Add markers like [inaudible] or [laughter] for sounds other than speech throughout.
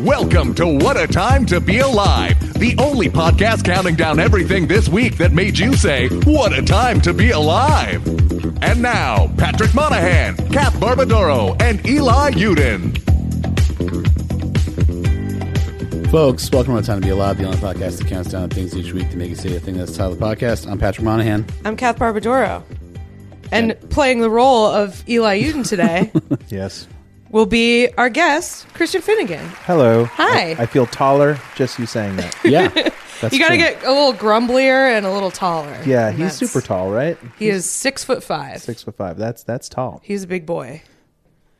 Welcome to What a Time to Be Alive, the only podcast counting down everything this week that made you say, What a Time to Be Alive. And now, Patrick Monahan, Kath Barbadoro, and Eli Uden. Folks, welcome to Time to Be Alive, the only podcast that counts down things each week to make you say the thing that's the title of the podcast. I'm Patrick Monahan. I'm Kath Barbadoro. And playing the role of Eli Uden [laughs] today Yes. will be our guest, Christian Finnegan. Hello. Hi. I, I feel taller just you [laughs] saying that. [laughs] Yeah. That's you got to true. get a little grumblier and a little taller. Yeah, And he's that's- super tall, right? He is six foot five. Six foot five. That's that's tall. He's a big boy.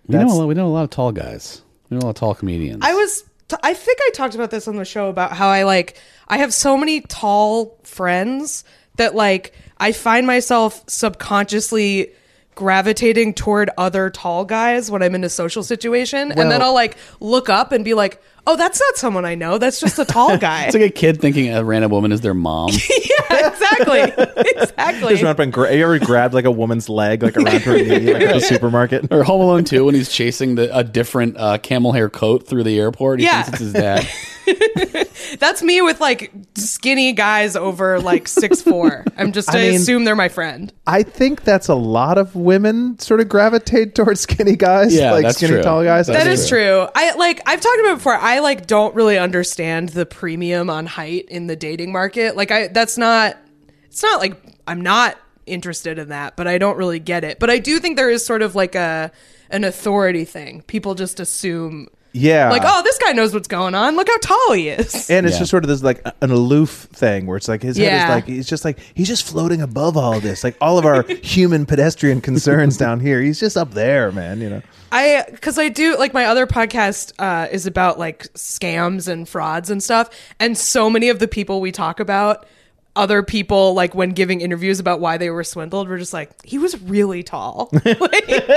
we, know That's- a lot, we know a lot of tall guys. We know a lot of tall comedians. I was. T- I think I talked about this on the show about how I like. I have so many tall friends that like I find myself subconsciously gravitating toward other tall guys when I'm in a social situation, and then Well- I'll like look up and be like, "Oh, that's not someone I know. That's just a tall guy." It's like a kid thinking a random woman is their [laughs] mom. yeah, exactly, exactly. Just run up and gra- you ever grabbed like a woman's leg like around her knee like [laughs] at the supermarket? or Home Alone 2 when he's chasing the, a different uh, camel hair coat through the airport. He Yeah. thinks it's his [laughs] dad. That's me with like skinny guys over like six four. I'm just I, I mean- assume they're my friend. I think that's a lot of women sort of gravitate towards skinny guys, Yeah, like that's skinny true. tall guys. That That I is think- true. I like I've talked about it before. I like don't really understand the premium on height in the dating market. Like I that's not it's not like I'm not interested in that, but I don't really get it. But I do think there is sort of like a an authority thing. People just assume Yeah. like, "Oh, this guy knows what's going on. Look how tall he is." And it's Yeah. just sort of this like an aloof thing where it's like his head Yeah. is like he's just like he's just floating above all this, like [laughs] all of our human pedestrian concerns down here. He's just up there, man. You know. I because I do like my other podcast uh, is about like scams and frauds and stuff, and so many of the people we talk about, other people like when giving interviews about why they were swindled, were just like he was really tall, [laughs] Like,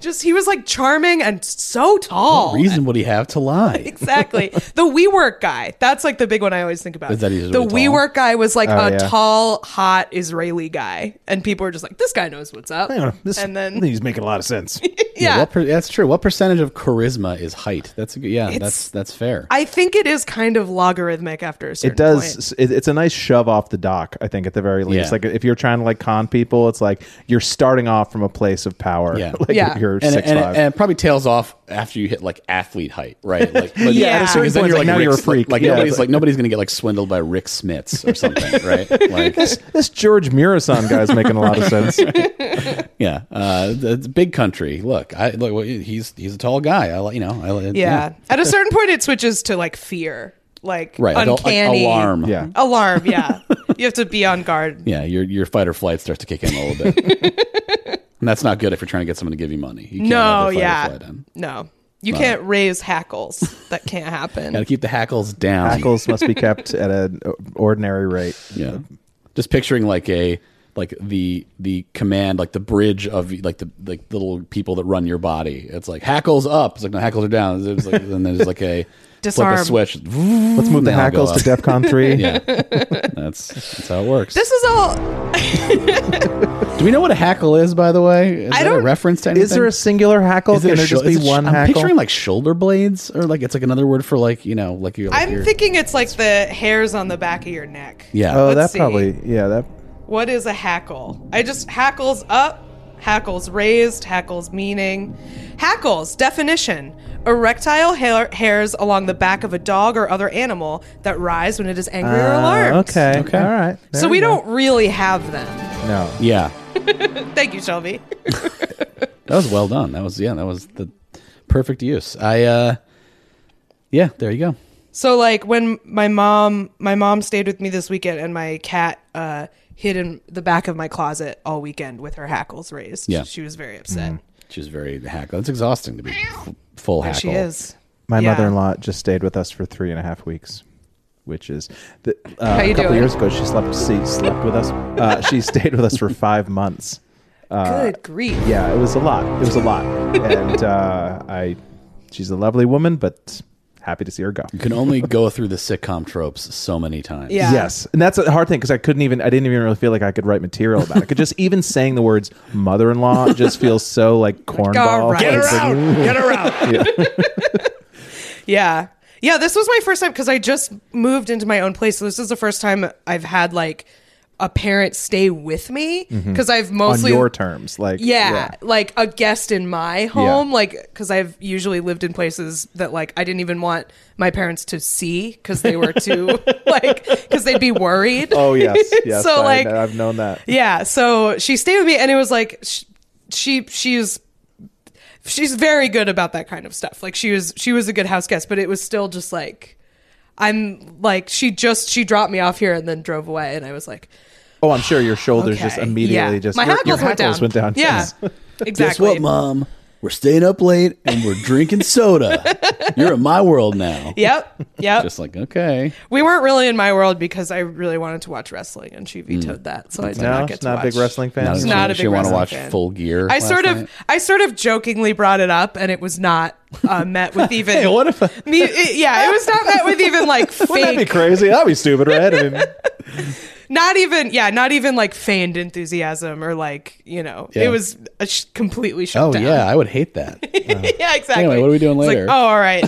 just he was like charming and so tall. Reason would he have to [laughs] lie? Exactly. The WeWork guy. That's like the big one I always think about. Is that he's the really tall? WeWork guy was like Oh, a yeah. tall, hot Israeli guy. And people were just like, this guy knows what's up. I don't know. This, and I then, think he's making a lot [laughs] of sense. yeah. what per- that's true. What percentage of charisma is height? That's a good, yeah, It's- that's that's fair. I think it is kind of logarithmic after a certain it does. It, it's a nice shove off the dock, I think, at the very least. Yeah. Like if you're trying to like con people, it's like you're starting off from a place of power. Yeah. [laughs] like Yeah. you're and, it- six and, it- five. and it probably tails off after you hit like athlete height, right? Like, like Yeah, at a certain because then point, you're it's like, now you're a Rick- freak. Like, Yeah, nobody's it's like like- nobody's gonna get like swindled by Rick Smits or something, right? Like, this George Murison guy's making a [laughs] lot of sense. yeah, uh, it's a big country. Look, I look. well, He's he's a tall guy. I like you know. I, li- Yeah. [laughs] At a certain point, it switches to like fear, like Right, like, al- like, uncanny alarm. Yeah. [laughs] alarm. Yeah, you have to be on guard. yeah. Your your fight or flight starts to kick in a little bit, and that's not good if you're trying to get someone to give you money. You can't have No, the fight or yeah, flight in. no, you can't raise hackles. That can't [laughs] happen. Gotta keep the hackles down. Hackles must be kept at an ordinary [laughs] rate. Yeah. Just picturing like a like the the command like the bridge of like the like the little people that run your body. It's like hackles up. It's like no hackles are down. It's like, and then there's like a flip Disarm. a switch. Let's move the hackles to DefCon three. Yeah, [laughs] that's that's how it works. this is all. Do we know what a hackle is? By the way, is I that a don't- reference to anything? Is there a singular hackle? Is it Can a there shou- just is be it sh- one I'm hackle? picturing like shoulder blades, or like it's like another word for like you know like you're. Like I'm your- thinking it's like the hairs on the back of your neck. Yeah. oh, Let's that see. probably. Yeah, that. What is a hackle? I just hackles up, hackles raised, hackles meaning. Hackles, definition erectile hair, hairs along the back of a dog or other animal that rise when it is angry or Ah, alarmed. okay. Okay. All right. So There we you go. don't really have them. No. yeah, Thank you, Shelby. that was well done. That was yeah, that was the perfect use. I uh, yeah, there you go. So like when my mom my mom stayed with me this weekend and my cat uh hid in the back of my closet all weekend with her hackles raised. Yeah. She was very upset. Mm-hmm. She's very hackle. It's exhausting to be f- full hackle. She is. My Yeah. mother-in-law just stayed with us for three and a half weeks, which is the, uh, you a couple doing? years ago. She slept. She slept with us. Uh, she [laughs] stayed with us for five months. Good grief. uh, Yeah, it was a lot. It was a lot, and uh, I. She's a lovely woman, but happy to see her go. You can only go through the sitcom tropes so many times. Yeah. Yes, and that's a hard thing because I couldn't even. I didn't even really feel like I could write material about it. 'Cause just even saying the words "mother-in-law" [laughs] just feels so like cornball. right. Get her Like, Get her out. yeah. Yeah. Yeah, this was my first time because I just moved into my own place. So this is the first time I've had like a parent stay with me because I've Mm-hmm. on mostly your terms. Like yeah, like a guest in my home like because i've usually lived in places that like i didn't even want my parents to see because they were [laughs] too like because they'd be worried [laughs] Oh yes, yes. so I like know, I've known that. yeah so she stayed with me and it was like sh- she she's she's very good about that kind of stuff like she was she was a good house guest but it was still just like i'm like she just she dropped me off here and then drove away and i was like Oh, I'm sure your shoulders okay, just immediately yeah. just my your, hackles, your went, hackles down. went down. yeah Yes. [laughs] Guess exactly what, mom? We're staying up late and we're drinking soda. [laughs] You're in my world now. yep [laughs] yep Just like okay, We weren't really in my world because I really wanted to watch wrestling, and she vetoed that, so I did No, not get she's to not a watch. big wrestling fan. She's not a she big want to wrestling watch fan. Full Gear. I last sort of, night? I sort of jokingly brought it up, and it was not uh, [laughs] met with even. Hey, what if me, it- yeah, it was not met with even like [laughs] Wouldn't that be fake, crazy? That'd be [laughs] stupid, right? I mean, not even yeah, not even like feigned enthusiasm or like you know, Yeah. it was uh, sh- completely shut Oh down. yeah, I would hate that. [laughs] yeah, exactly. Anyway, what are we doing It's like, later? oh, [laughs] all right.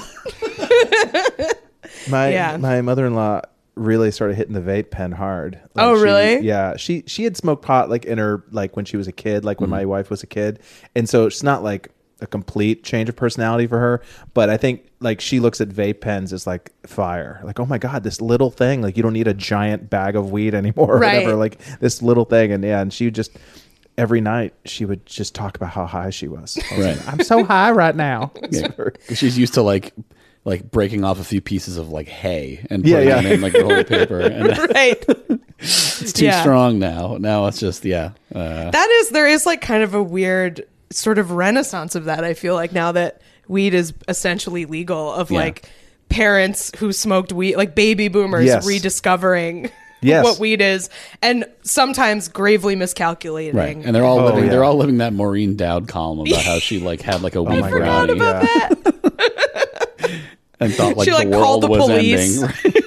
[laughs] my Yeah. my mother in law really started hitting the vape pen hard. Like, Oh, she- really? Yeah, she she had smoked pot like in her like when she was a kid, like when my wife was a kid, and so it's not like a complete change of personality for her. But I think like she looks at vape pens as like fire, like oh my god, this little thing, like you don't need a giant bag of weed anymore, or Right. whatever. Like this little thing, and yeah, and she just. Every night, she would just talk about how high she was. I was Right. like, I'm so high right now. It's very- She's used to like like breaking off a few pieces of like hay and Yeah, putting yeah. them in like rolling paper, and right. it's too [laughs] Yeah. strong now. Now it's just yeah. Uh, That is, there is like kind of a weird sort of renaissance of that. I feel like now that weed is essentially legal, of Yeah. like parents who smoked weed, like baby boomers Yes. rediscovering [laughs] Yes. what weed is, and sometimes gravely miscalculating. right, and they're all Oh, living. They're yeah. all living that Maureen Dowd column about how she like had [laughs] like a weed my God, brownie yeah. and thought like She, like, the called world was the police. [laughs] ending.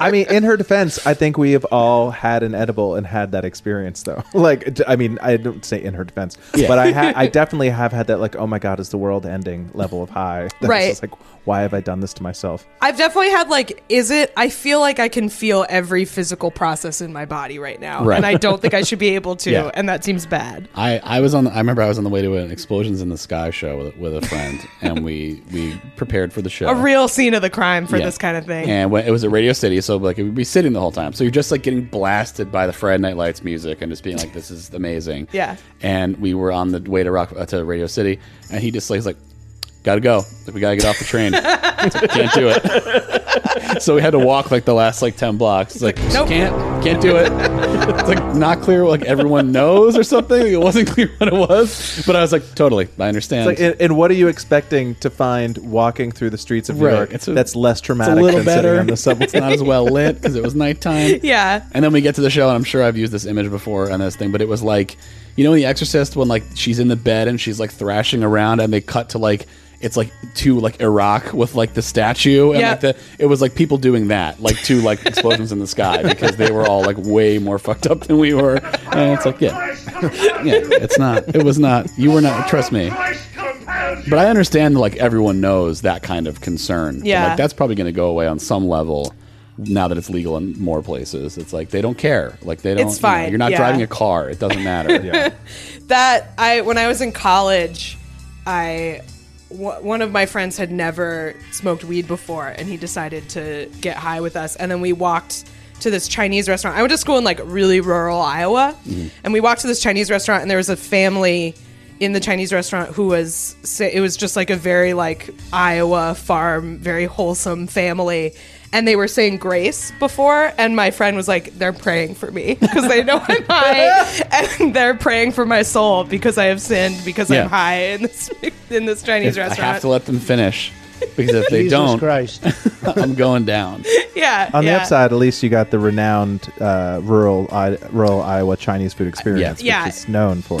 I mean, in her defense, I think we have all had an edible and had that experience, though. [laughs] Like, d- I mean, I don't say in her defense, Yeah. but I, ha- [laughs] I definitely have had that. Like, oh my god, is the world ending? Level of high, [laughs] That's Right. just like, why have I done this to myself? I've definitely had like, is it? I feel like I can feel every physical process in my body right now, Right. and I don't think I [laughs] should be able to, Yeah. and that seems bad. I, I was on. The, I remember I was on the way to an explosions in the sky show with, with a friend, and we we prepared for the show. A real scene of the crime for Yeah. this kind of thing. And when, it was at Radio City, so like it would be sitting the whole time. So you're just like getting blasted by the Friday Night Lights music and just being like, "This is amazing." [laughs] Yeah. And we were on the way to Rock uh, to Radio City, and he just like, he's like, "Gotta go. Like, we gotta get off the [laughs] train. It's like, can't do it." [laughs] so we had to walk like the last like ten blocks. It's like, "Nope." can't can't do it. it's like not clear. Like everyone knows or something. It wasn't clear what it was, but I was like, totally, I understand. It's like, and, and what are you expecting to find walking through the streets of New Right. York? It's a- that's less it's a traumatic little than sitting better. on the [laughs] subway. It's not as well lit because it was nighttime. [laughs] yeah. And then we get to the show, and I'm sure I've used this image before on this thing, but it was like, you know, in The Exorcist when like she's in the bed and she's like thrashing around, and they cut to like it's like to like Iraq with like the statue, and Yeah. like the it was like people doing that, like to like explosions in the sky because they were all like way more fucked up than we were, and it's like yeah, yeah, it's not, it was not, you were not, trust me. But I understand like everyone knows that kind of concern. But, Yeah. like that's probably going to go away on some level now that it's legal in more places. It's like they don't care. Like they don't. It's you know, fine, you're not yeah. driving a car. It doesn't [laughs] matter. yeah. that I when I was in college, I w- one of my friends had never smoked weed before, and he decided to get high with us, and then we walked to this Chinese restaurant. I went to school in like really rural Iowa, Mm-hmm. and we walked to this Chinese restaurant, and there was a family in the Chinese restaurant who was sa- it was just like a very like Iowa farm, very wholesome family. And they were saying grace before, and my friend was like, "They're praying for me [laughs] because they know I'm [laughs] high, and they're praying for my soul because I have sinned because Yeah. I'm high in this [laughs] in this Chinese I restaurant." have to let them finish because if they [laughs] don't, Christ. [laughs] I'm going down. yeah. On yeah. the upside, at least you got the renowned uh, rural I- rural Iowa Chinese food experience, Yeah. which is known for.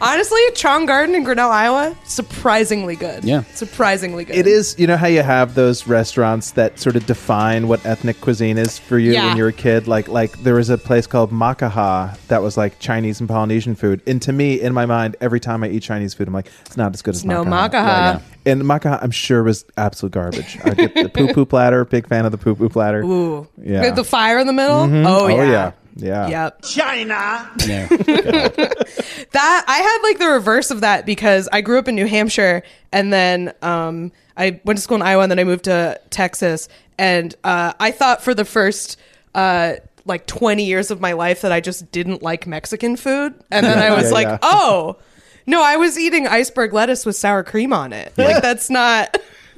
honestly, Chong Garden in Grinnell, Iowa, surprisingly good. Yeah. surprisingly good. It is, you know how you have those restaurants that sort of define what ethnic cuisine is for you Yeah. when you're a kid. Like, like there was a place called Makaha that was like Chinese and Polynesian food. And to me, in my mind, every time I eat Chinese food, I'm like, it's not as good as no Makaha. Makaha. Like, and Makaha, I'm sure platter was absolute garbage. I get the poo [laughs] poo platter. Big fan of the poo poo platter. Ooh. Yeah. With the fire in the middle. Oh, yeah. Oh yeah. Yeah. Yep. Yeah. That I had like the reverse of that because I grew up in New Hampshire and then um, I went to school in Iowa and then I moved to Texas and uh, I thought for the first uh, like 20 years of my life that I just didn't like Mexican food and then I was yeah, like, yeah. "Oh, no, I was eating iceberg lettuce with sour cream on it. Like that's not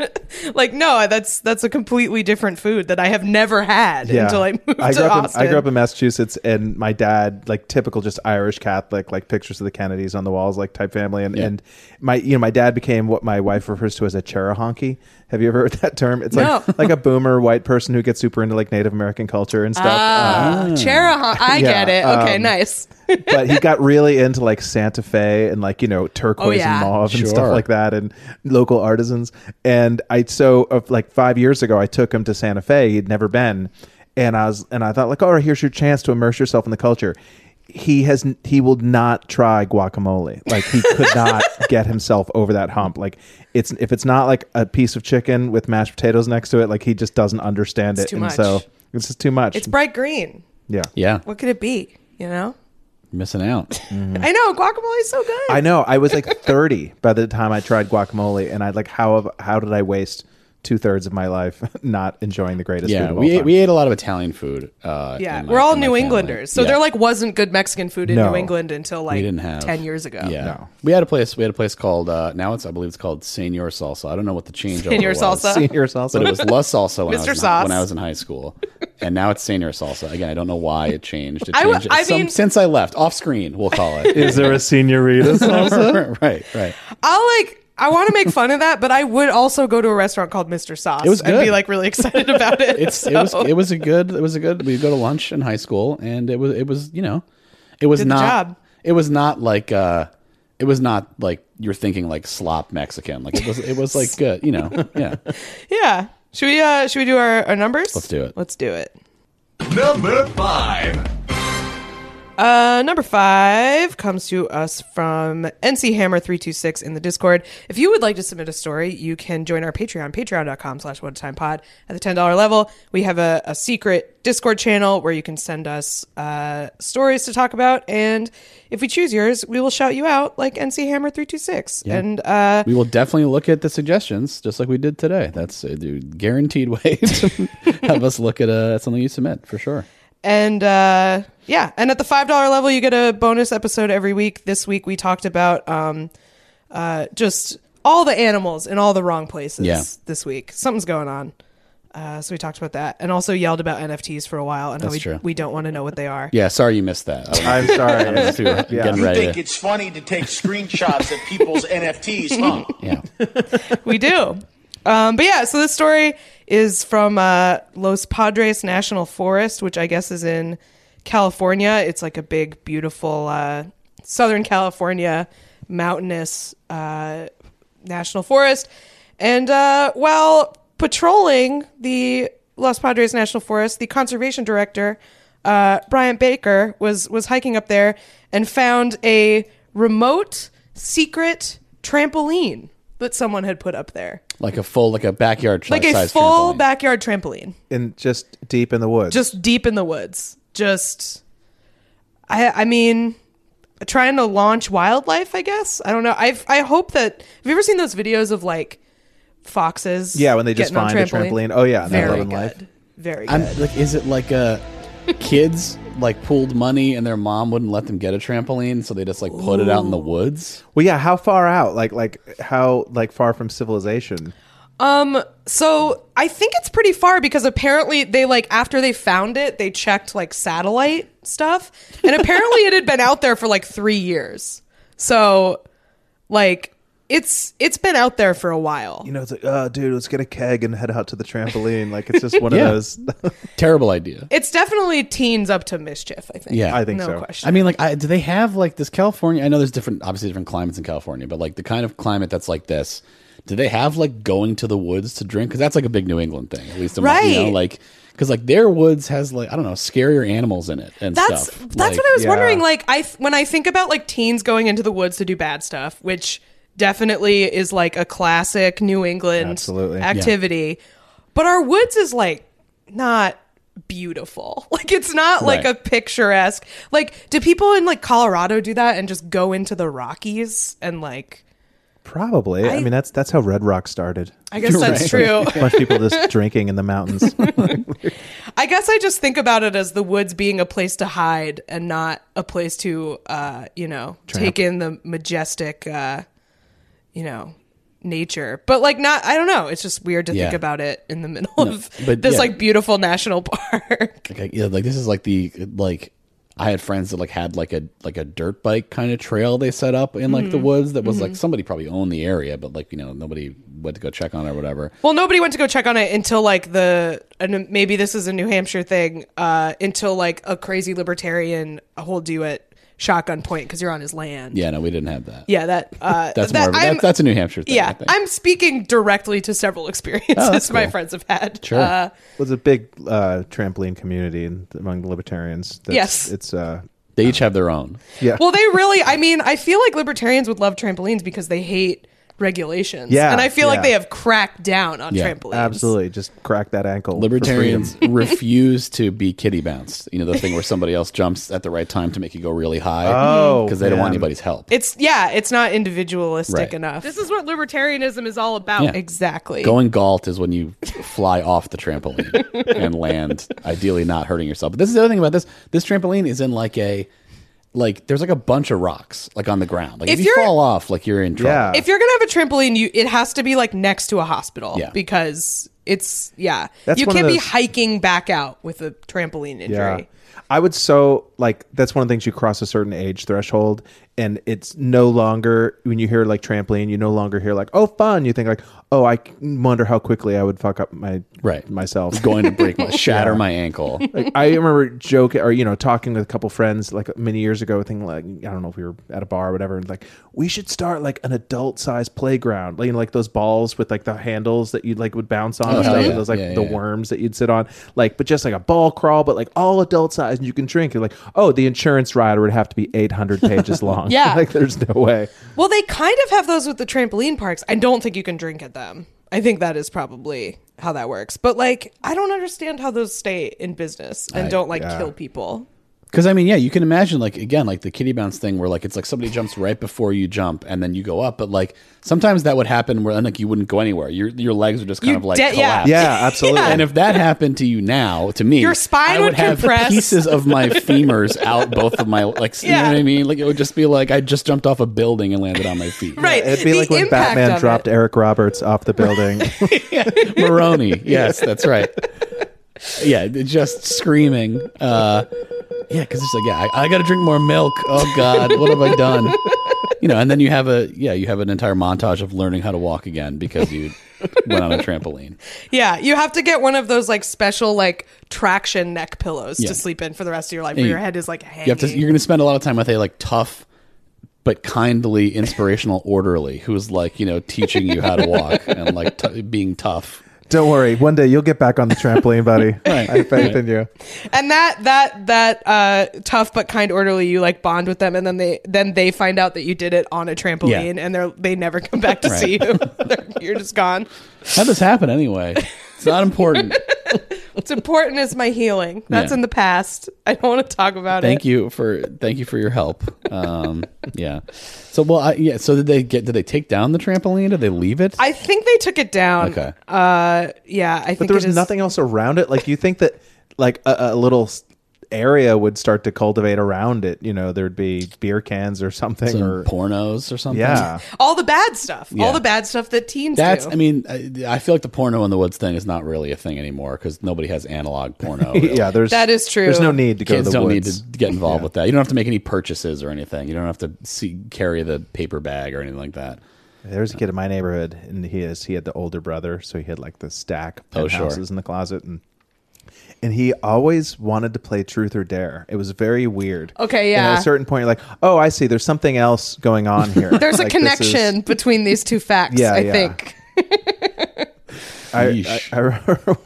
[laughs] like no, that's that's a completely different food that I have never had until I [laughs] moved grew to up Austin. In, I grew up in Massachusetts, and my dad, like typical just Irish Catholic, like pictures of the Kennedys on the walls, like type family, and, and my you know my dad became what my wife refers to as a honky. Have you ever heard [laughs] that term? It's like No. like a boomer white person who gets super into like Native American culture and stuff. Uh, Ah, Charahan. I Yeah, get it. Okay, um, nice. Um, but he got really into like Santa Fe and like you know turquoise Oh, yeah. and mauve and stuff Sure. like that, and local artisans. And I so of like five years ago, I took him to Santa Fe. He'd never been, and I was and I thought like, all right, here's your chance to immerse yourself in the culture. He has n- he will not try guacamole. Like he [laughs] could not get himself over that hump. Like it's if it's not like a piece of chicken with mashed potatoes next to it, like he just doesn't understand It's too it. and much. so it's just too much. It's bright green. yeah. Yeah. What could it be? You know? Missing out. I know guacamole is so good. I know. I was like 30 by the time I tried guacamole, and I like how have- how did I waste two thirds of my life [laughs] not enjoying the greatest food Yeah. of We all ate, time? we ate a lot of Italian food. Uh, yeah, in my- we're all in my New family. Englanders, so Yeah. there like wasn't good Mexican food in No. New England until like we didn't have ten years ago. Yeah, No. we had a place. We had a place called uh, now it's I believe it's called Senor Salsa. I don't know what the change Senor Salsa. Senior salsa. but it [laughs] was La Salsa when, I was, Mr. in, hi- when Sauce. I was in high school, and now it's Senor Salsa. Again, I don't know why it changed. It I w- changed I at some- mean- since I left off screen, we'll call it. Is there a senorita salsa? [laughs] right, right. I'll like I want to make fun of that, but I would also go to a restaurant called Mr. Sauce It was and be good. like really [laughs] excited about it. It's it was it was a good it was a good. We go to lunch in high school, and it was it was you know, it was Did the not job. it was not like uh, it was not like you're thinking like slop Mexican. Like it was it was [laughs] like good. You know, yeah. yeah. Should we uh should we do our, our numbers? Let's do it. Let's do it. [laughs] Number five. Uh, number five comes to us from NC Hammer three two six in the Discord. If you would like to submit a story, you can join our Patreon, patreon.com slash one time pod at the ten dollar level. We have a, a secret Discord channel where you can send us uh, stories to talk about, and if we choose yours, we will shout you out like NC Hammer three two six. And uh, We will definitely look at the suggestions, just like we did today. That's a dude, guaranteed way [laughs] to have us look at uh, something you submit for sure. And uh, yeah, and at the five dollar level, you get a bonus episode every week. This week we talked about um, uh, just all the animals in all the wrong places. Yeah. This week something's going on, uh, so we talked about that, and also yelled about NFTs for a while and how we, true. we don't want to know what they are. Yeah, sorry you missed that. I don't know [laughs] I'm if you sorry. were [laughs] getting You ready. think To, it's funny to take screenshots of people's NFTs, huh? yeah, we do. Um, but yeah, so this story is from uh, Los Padres National Forest, which I guess is in California. It's like a big, beautiful uh, Southern California mountainous uh, national forest. And uh, while patrolling the Los Padres National Forest, the conservation director, uh, Brian Baker, was was hiking up there and found a remote secret trampoline that someone had put up there, like a full, like a backyard, like a size full trampoline. backyard trampoline, and just deep in the woods. just deep in the woods. Just, I I mean. Trying to launch wildlife, I guess. I don't know. I I hope that. Have you ever seen those videos of like foxes? yeah, when they just getting on find a trampoline. Oh yeah, and they love Very and life. good. Very I'm good. like, is it like a kids like pooled money and their mom wouldn't let them get a trampoline, so they just like put it out in the woods? Well, yeah. How far out? Like like how like far from civilization? So I think it's pretty far because apparently they like after they found it, they checked like satellite stuff, and apparently it had been out there for like three years. So, like it's it's been out there for a while. You know, it's like oh, dude, let's get a keg and head out to the trampoline. Like it's just one [laughs] Yeah. of those. [laughs] Terrible idea. It's definitely teens up to mischief. I think. Yeah, I think no so. question. I mean, like, I, do they have like this California? I know there's different, obviously different climates in California, but like the kind of climate that's like this. Do they have like going to the woods to drink? Because that's like a big New England thing, at least. In my- you know, Right. like, because like their woods has like I don't know scarier animals in it and that's stuff. that's Like, what I was yeah. wondering. Like I when I think about like teens going into the woods to do bad stuff, which definitely is like a classic New England Absolutely. Yeah. activity. But our woods is like not beautiful. [laughs] Like it's not like Right. a picturesque. Like do people in like Colorado do that and just go into the Rockies and like Probably. I, I- mean, that's that's how Red Rock started. I guess [laughs] that's right. true. A bunch of people just drinking in the mountains. I guess I just think about it as the woods being a place to hide and not a place to, uh, you know, take in the majestic, uh, you know, nature. But like, not I don't know. It's just weird to Yeah. think about it in the middle of but this yeah. like beautiful national park. [laughs] Like, I- yeah, like this is like the like I had friends that like had like a like a dirt bike kind of trail they set up in like the Mm-hmm. woods that was like somebody probably owned the area, but like you know nobody went to go check on it or whatever. well, nobody went to go check on it until like the and maybe this is a New Hampshire thing. Uh, until like a crazy libertarian holds you at shotgun point because you're on his land. Yeah, no, we didn't have that. Yeah, that uh, [laughs] that's that more. Of a, I'm- that, that's a New Hampshire thing. I Yeah, think. I'm speaking directly to several [laughs] experiences Oh, that's my cool. friends have had. Sure. Uh, was a big uh, trampoline community in, among the libertarians. That's, Yes. It's uh, they each have their own. yeah. well, they really, I mean, I feel like libertarians would love trampolines because they hate regulations. Yeah, And I feel like yeah. they have cracked down on Yeah, trampolines. Absolutely, just crack that ankle. for Libertarians freedom. refuse to be kitty bounced. You know the thing where somebody else jumps at the right time to make you go really high. [laughs] Oh, because they don't want man. anybody's help. It's, yeah, it's not individualistic Right. enough. This is what libertarianism is all about. Yeah. Exactly. Going galt is when you fly off the trampoline and land, ideally not hurting yourself. But this is the other thing about this. This trampoline is in like a like there's like a bunch of rocks like on the ground. Like if, If you you're- fall off, like you're in trouble. Yeah. if you're going to have a trampoline, you it has to be like next to a hospital Yeah. because it's, yeah. That's you one of can't be those- hiking back out with a trampoline Yeah. injury. I would so like that's one of the things you cross a certain age threshold and it's no longer when you hear like trampoline, you no longer hear like, oh fun. You think like, oh, I wonder how quickly I would fuck up my Right. myself. Going to break [laughs] my shatter my ankle. like, I remember joking or you know talking with a couple friends like many years ago, thinking like I don't know if we were at a bar or whatever, and like we should start like an adult sized playground, like, you know, like those balls with like the handles that you like would bounce on, and Oh, hell stuff, yeah. and those like Yeah, the yeah. worms that you'd sit on, like but just like a ball crawl, but like all adult size, and you can drink. And like oh, the insurance rider would have to be eight hundred pages long. Yeah. [laughs] like there's no way. Well, they kind of have those with the trampoline parks. I don't think you can drink at them. I think that is probably how that works. But like, I don't understand how those stay in business and I- don't like yeah. kill people. Because I mean, yeah, you can imagine like again, like the kitty bounce thing, where like it's like somebody jumps right before you jump, and then you go up. But like sometimes that would happen where like you wouldn't go anywhere. Your your legs would just kind You of like de- yeah. collapse. Yeah, [laughs] absolutely. And if that happened to you now, to me, Your spine I would would have compress. pieces of [laughs] my femurs out both of my like. You know Yeah. what I mean? Like it would just be like I just jumped off a building and landed on my feet. [laughs] Right. It'd be the like when impact of Batman it. dropped Eric Roberts off [laughs] the building. [laughs] Maroney. Yes, that's right. Yeah, just screaming. Uh, yeah, because it's like, yeah, I, I got to drink more milk. Oh God, what have I done? You know, and then you have a yeah, you have an entire montage of learning how to walk again because you went on a trampoline. Yeah, you have to get one of those like special like traction neck pillows Yeah. to sleep in for the rest of your life. Where you- your head is like hanging. You have to. You're going to spend a lot of time with a like tough, but kindly inspirational orderly who's like you know teaching you how to walk [laughs] and like t- being tough. don't worry, one day you'll get back on the trampoline, buddy. I have faith in you. and that that that uh, tough but kind orderly, you like bond with them, and then they then they find out that you did it on a trampoline, and they're they never come back to see you. [laughs] you're just gone. How would this happen anyway? It's not important. What's important is my healing. That's Yeah. in the past. I don't want to talk about it. thank you for thank you for your help um yeah so well I, yeah so did they get did they take down the trampoline did they leave it I think they took it down. okay Uh, yeah, I think but there was it is- nothing else around it. Like you think that like a, a little s- area would start to cultivate around it. You know, there'd be beer cans or something Some or pornos or something yeah. All the bad stuff. Yeah. All the bad stuff that teens that's do. i mean I, I feel like the porno in the woods thing is not really a thing anymore because nobody has analog porno [laughs] really. Yeah, there's That is true. There's no need to go kids to the don't woods. need to get involved with that you don't have to make any purchases or anything you don't have to see carry the paper bag or anything like that There was a kid in my neighborhood, and he is he had the older brother, so he had like the stack of Oh, sure. penthouses in the closet, and and he always wanted to play truth or dare. It was very weird. Okay, And at yeah. a certain point, you're like, oh, I see. There's something else going on here. [laughs] There's a Like, this is- connection between these two facts, Yeah, I yeah. think. I, Yeesh. I, [laughs] I remember,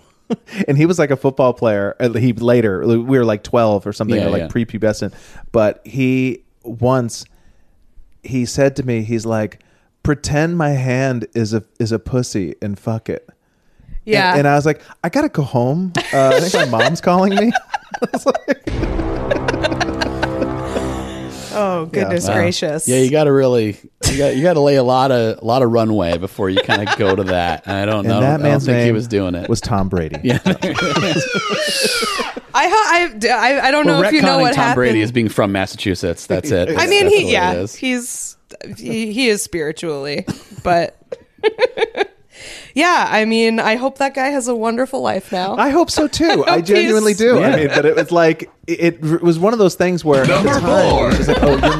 and he was like a football player. uh, He later we were like twelve or something, Yeah, or like yeah. prepubescent. But he once he said to me, he's like, pretend my hand is a is a pussy and fuck it. Yeah. And, and I was like, I gotta go home. Uh, I think my mom's calling [laughs] me. oh goodness Wow. gracious. Yeah, you got to really you got you got to lay a lot of a lot of runway before you kind of go to that. And I don't And know. that I don't man's think name he was doing it. Was Tom Brady? [laughs] yeah. I, ho- I I I don't know We're if you know retconning what Tom happened. Brady as being from Massachusetts. That's it. I mean, That's he what it yeah, is. he's he, he is spiritually, but [laughs] yeah, I mean, I hope that guy has a wonderful life now. I hope [laughs] so too. I genuinely he's- do. Yeah. I mean, but it was like it, it was one of those things where at Number the time, four. it was just like, oh, you're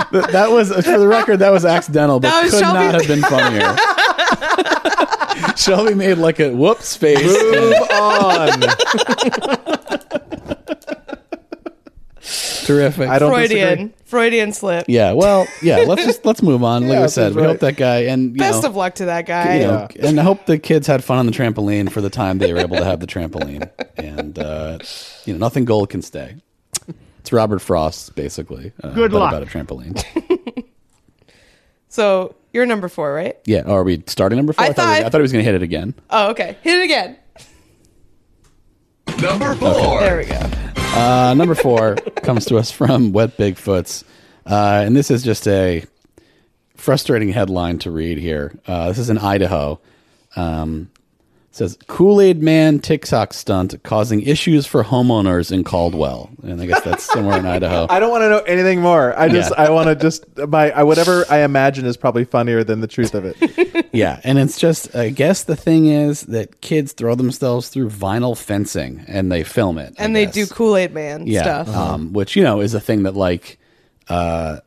[laughs] making. But that was for the record. That [laughs] was accidental, but That was could Shelby- not have been funnier. [laughs] Shelby made like a whoops face. Move on. Terrific. I don't Freudian disagree. Freudian slip. Yeah. Well. Yeah. Let's just let's move on. like Yeah, we said, that's we hope right. that guy and you Best know, of luck to that guy. you know, and I hope the kids had fun on the trampoline for the time they were able to have the [laughs] trampoline. And uh, you know, nothing gold can stay. It's Robert Frost, basically. Uh, Good luck about a trampoline. So you're number four, right? Yeah. Oh, Are we starting number four? I thought, we- thought- I thought he was going to hit it again. Oh, okay. Hit it again. Number four. There we go. Uh, number [laughs] four comes to us from Wet Bigfoots. Uh, and this is just a frustrating headline to read here. Uh, this is in Idaho. Um, it says Kool Aid Man TikTok stunt causing issues for homeowners in Caldwell. And I guess that's somewhere in [laughs] Idaho. I don't want to know anything more. I just Yeah. I want to just my I, whatever I imagine is probably funnier than the truth [laughs] of it. Yeah, and it's just I guess the thing is that kids throw themselves through vinyl fencing and they film it. I And they guess. do Kool Aid Man stuff. Um, which you know is a thing that like uh,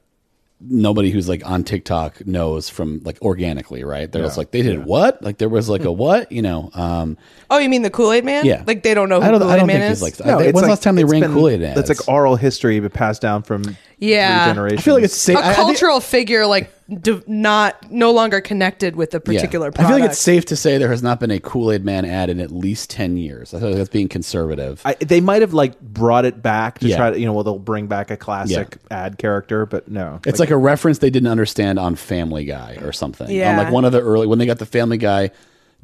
nobody who's like on TikTok knows from like organically, right? They're just like they did what? Like there was like a what? You know? Um, Oh, you mean the Kool Aid Man? yeah. Like they don't know who I don't, Kool I Aid don't Man think is. he's like. I- when's the last time they it's ran been- Kool Aid ads? That's like oral history, but passed down from Yeah. three generations. I feel like it's safe. a I- I think- cultural figure, like d- not no longer connected with a yeah. particular I product. feel like it's safe to say there has not been a Kool Aid Man ad in at least ten years. I feel like that's being conservative. I, they might have like brought it back to Yeah. try to you know well they'll bring back a classic ad character, but no, It's like, a reference they didn't understand on Family Guy or something. On Yeah. like one of the early when they got the Family Guy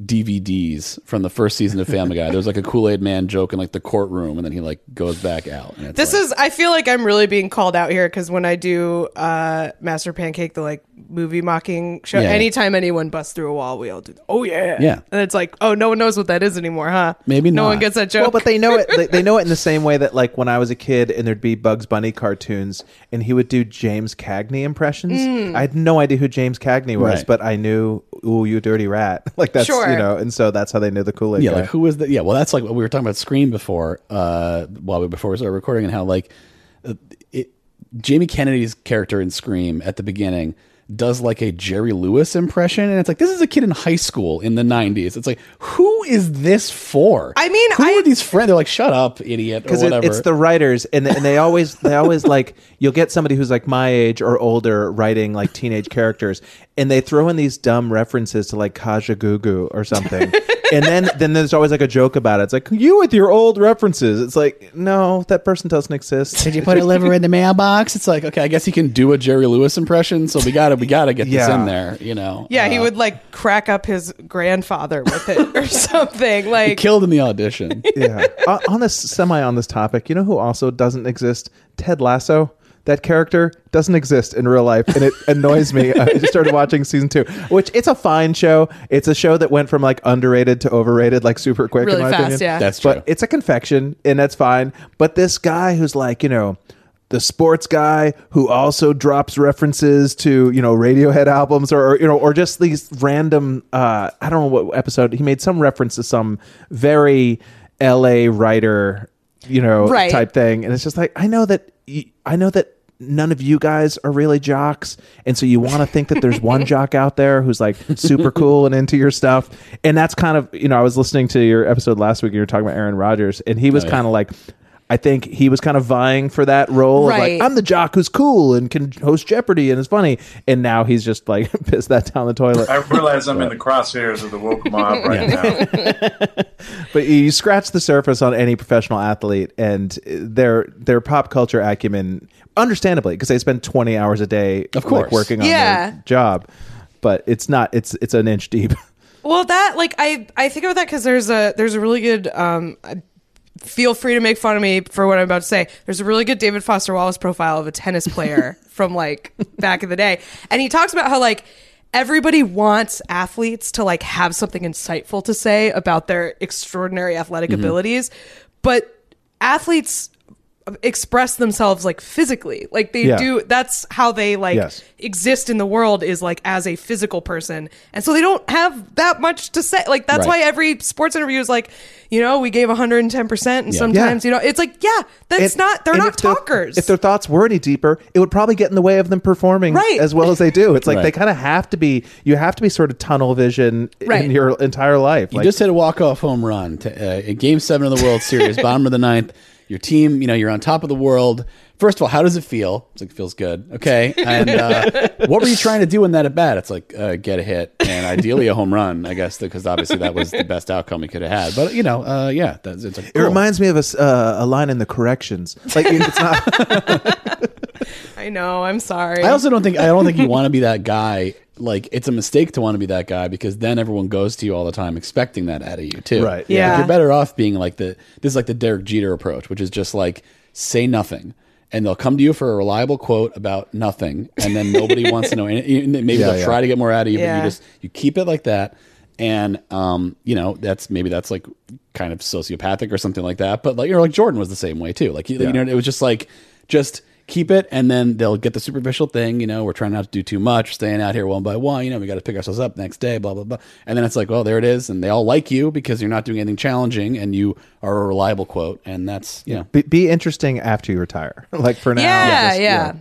DVDs from the first season of Family Guy. There's like a Kool Aid Man joke in like the courtroom, and then he like goes back out. And it's This like- is. I feel like I'm really being called out here because when I do uh, Master Pancake, the like movie mocking show, Yeah. anytime anyone busts through a wall, we all do. Oh yeah, Yeah. And it's like, oh, no one knows what that is anymore, huh? Maybe no not. one gets that joke. well, but they know it. They, they know it in the same way that like when I was a kid and there'd be Bugs Bunny cartoons and he would do James Cagney impressions. Mm. I had no idea who James Cagney was, Right. but I knew ooh you dirty rat [laughs] like that's Sure. you know, and so that's how they knew the Kool Aid. yeah, like who was that? Yeah, well, that's like what we were talking about Scream before, uh, while we before we started recording, and how like uh, it, Jamie Kennedy's character in Scream at the beginning does like a Jerry Lewis impression, and it's like this is a kid in high school in the '90s. It's like who is this for? I mean, who I- are these friends? They're like, shut up, idiot, or because whatever. it, it's the writers and, and they always [laughs] they always like you'll get somebody who's like my age or older writing like teenage characters and they throw in these dumb references to like Kaja Gugu [laughs] or something and then then there's always like a joke about it it's like you with your old references it's like no that person doesn't [laughs] exist Did you put a liver in the mailbox? It's like, okay, I guess he can do a Jerry Lewis impression, so we gotta we gotta get this Yeah. in there, you know. yeah, Uh, he would like crack up his grandfather with it or [laughs] something. Like, killed in the audition. [laughs] yeah on, on this semi on this topic you know who also doesn't exist Ted Lasso that character doesn't exist in real life and it annoys me i just started watching season two which it's a fine show it's a show that went from like underrated to overrated like super quick Really in my fast, opinion yeah. That's true. but it's a confection and that's fine but this guy who's like you know the sports guy who also drops references to you know Radiohead albums or, or, you know or just these random uh, I don't know what episode he made some reference to some very L.A. writer you know Right. type thing and it's just like I know that y- I know that none of you guys are really jocks and so you want to think that there's one jock out there who's like super cool and into your stuff and that's kind of you know I was listening to your episode last week and you were talking about Aaron Rodgers and he was yeah. kind of like I think he was kind of vying for that role of Right. like I'm the jock who's cool and can host Jeopardy and is funny and now he's just like [laughs] pissed that down the toilet I realize I'm in the crosshairs of the woke mob right now. But you scratch the surface on any professional athlete, and their their pop culture acumen understandably because they spend 20 hours a day Of like, course. working on Yeah. their job but it's not it's it's an inch deep Well, that like I I think about that because there's a there's a really good um. I- Feel free to make fun of me for what I'm about to say. There's a really good David Foster Wallace profile of a tennis [laughs] player from like back in the day, and he talks about how like everybody wants athletes to like have something insightful to say about their extraordinary athletic Mm-hmm. abilities, but athletes express themselves like physically like they Yeah. do that's how they like Yes. exist in the world is like as a physical person and so they don't have that much to say like that's Right. why every sports interview is like you know we gave 110% and sometimes Yeah. you know [laughs] it's like yeah that's And- not they're and not if their- talkers if their thoughts were any deeper, it would probably get in the way of them performing Right. as well as they do. It's like Right. they kind of have to be. You have to be sort of tunnel vision Right. in your entire life. You like, just hit a walk off home run to, uh, in Game Seven of the World [laughs] Series, bottom of the ninth. Your team, you know, you're on top of the world. First of all, how does it feel? It's like it feels good, okay. And [laughs] uh, what were you trying to do in that at bat? It's like uh, get a hit and ideally a home run, I guess, because obviously that was the best outcome we could have had. But you know, uh, yeah, that's, it's like it cool. reminds me of a, s- uh, a line in the corrections. Like it's not. [laughs] i know i'm sorry I also don't think I don't think you want to be that guy. Like it's a mistake to want to be that guy because then everyone goes to you all the time expecting that out of you too. Right, yeah. Like, you're better off being like the this is like the Derek Jeter approach, which is just like say nothing. And they'll come to you for a reliable quote about nothing, and then nobody wants to know. any- and Maybe Yeah, they'll yeah. try to get more out of you, but Yeah. you just you keep it like that. And um, you know that's maybe that's like kind of sociopathic or something like that. But like you know, like Jordan was the same way too. Like you, you know, it was just like just keep it, and then they'll get the superficial thing. You know, we're trying not to do too much, staying out here one by one. You know, we got to pick ourselves up next day. Blah blah blah. And then it's like, well, there it is, and they all like you because you're not doing anything challenging, and you are a reliable quote, and that's you know, Be, be interesting after you retire. Like for now. yeah yeah, just-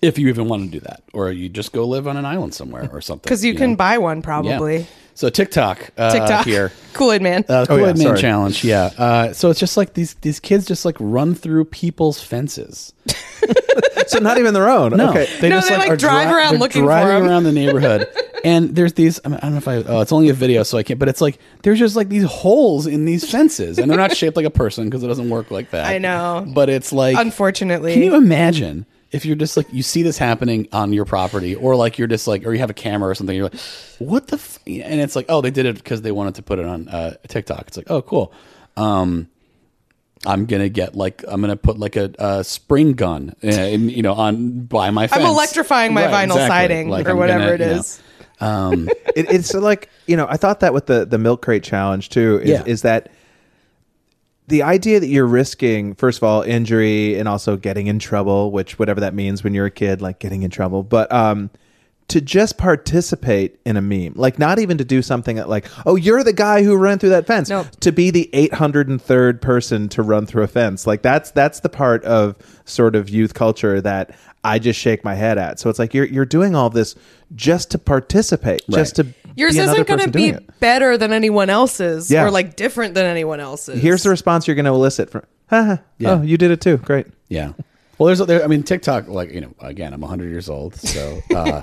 if you even want to do that, or you just go live on an island somewhere or [laughs] something because you, can know? buy one Yeah. probably So TikTok, uh, tiktok here. [laughs] kool-aid man Uh, Kool Aid Oh, yeah, Man sorry. challenge, yeah. Uh, so it's just like these these kids just like run through people's fences. So not even their [laughs] own. No, Okay. they No, just they, like, are drive around they're looking for driving 'em. around the [laughs] neighborhood. and there's these. I, mean, I don't know if I. Oh, it's only a video, so I can't. But it's like there's just like these holes in these fences, and they're not shaped like a person because it doesn't work like that. I know. But it's like Unfortunately. can you imagine? If you're just like you see this happening on your property, or like you're just like, or you have a camera or something, you're like, what the? F-? And it's like, oh, they did it because they wanted to put it on uh, TikTok. It's like, oh, cool. Um, I'm gonna get like I'm gonna put like a, a spring gun, uh, in, you know, on by my. Fence. electrifying my vinyl siding or whatever it you know, is. it, it's like you know i thought that with the the milk crate challenge too is, Yeah. is that the idea that you're risking first of all injury and also getting in trouble which whatever that means when you're a kid like getting in trouble but um to just participate in a meme like not even to do something that like oh you're the guy who ran through that fence Nope. to be the 803rd person to run through a fence like that's that's the part of sort of youth culture that i just shake my head at so it's like you're you're doing all this just to participate just to yours be another isn't going to person doing be it. better than anyone else's Yeah. or like different than anyone else's Here's the response you're going to elicit from. "Haha, Yeah. Oh, you did it too. Great. Yeah. Well, there's there. I mean, TikTok. Like you know, again, I'm 100 years old, so. [laughs] Uh,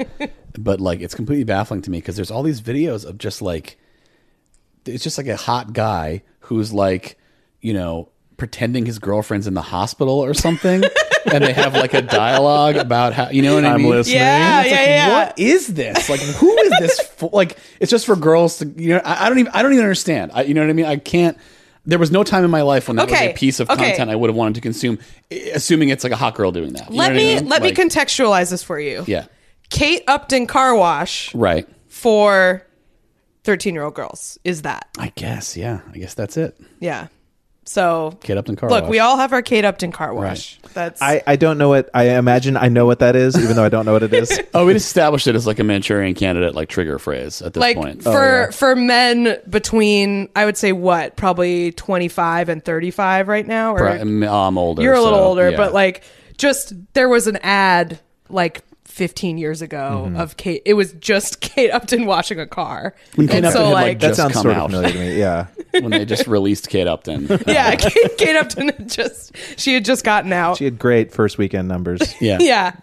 but like, it's completely baffling to me because there's all these videos of just like, it's just like a hot guy who's like, you know, pretending his girlfriend's in the hospital or [laughs] something, and they have like a dialogue about how you know what I I'm mean. listening. yeah yeah yeah What is this? Like, who is this? For? Like, it's just for girls to, you know. I, I don't even. I don't even understand. I, you know what I mean? I can't. There was no time in my life when that was Okay, a piece of okay. content I would have wanted to consume, i- assuming it's like a hot girl doing that. You let know what I me mean? let me Like, contextualize this for you. Yeah. Kate Upton car wash Right. for 13-year-old girls is that. I guess. Yeah. I guess that's it. Yeah. So Kate Upton car Look, wash. we all have our Kate Upton car wash. That's I, I don't know what I imagine. I know what that is, even though I don't know what it [laughs] is. Oh, we established it as like a Manchurian candidate, like trigger phrase at this like point. Oh, for for men between I would say what, probably 25 and 35 right now or I'm, I'm older. You're a little so, older, yeah. but like just there was an ad like 15 years ago Mm-hmm. of Kate. It was just [laughs] Kate Upton washing a car. When Kate and Upton so had, like, like, That Just sounds come sort out. of familiar to me. Yeah. when they just released Kate [laughs] Upton. [laughs] yeah, Kate, Kate Upton had just she had just gotten out. She had great first weekend numbers. [laughs] Yeah. yeah.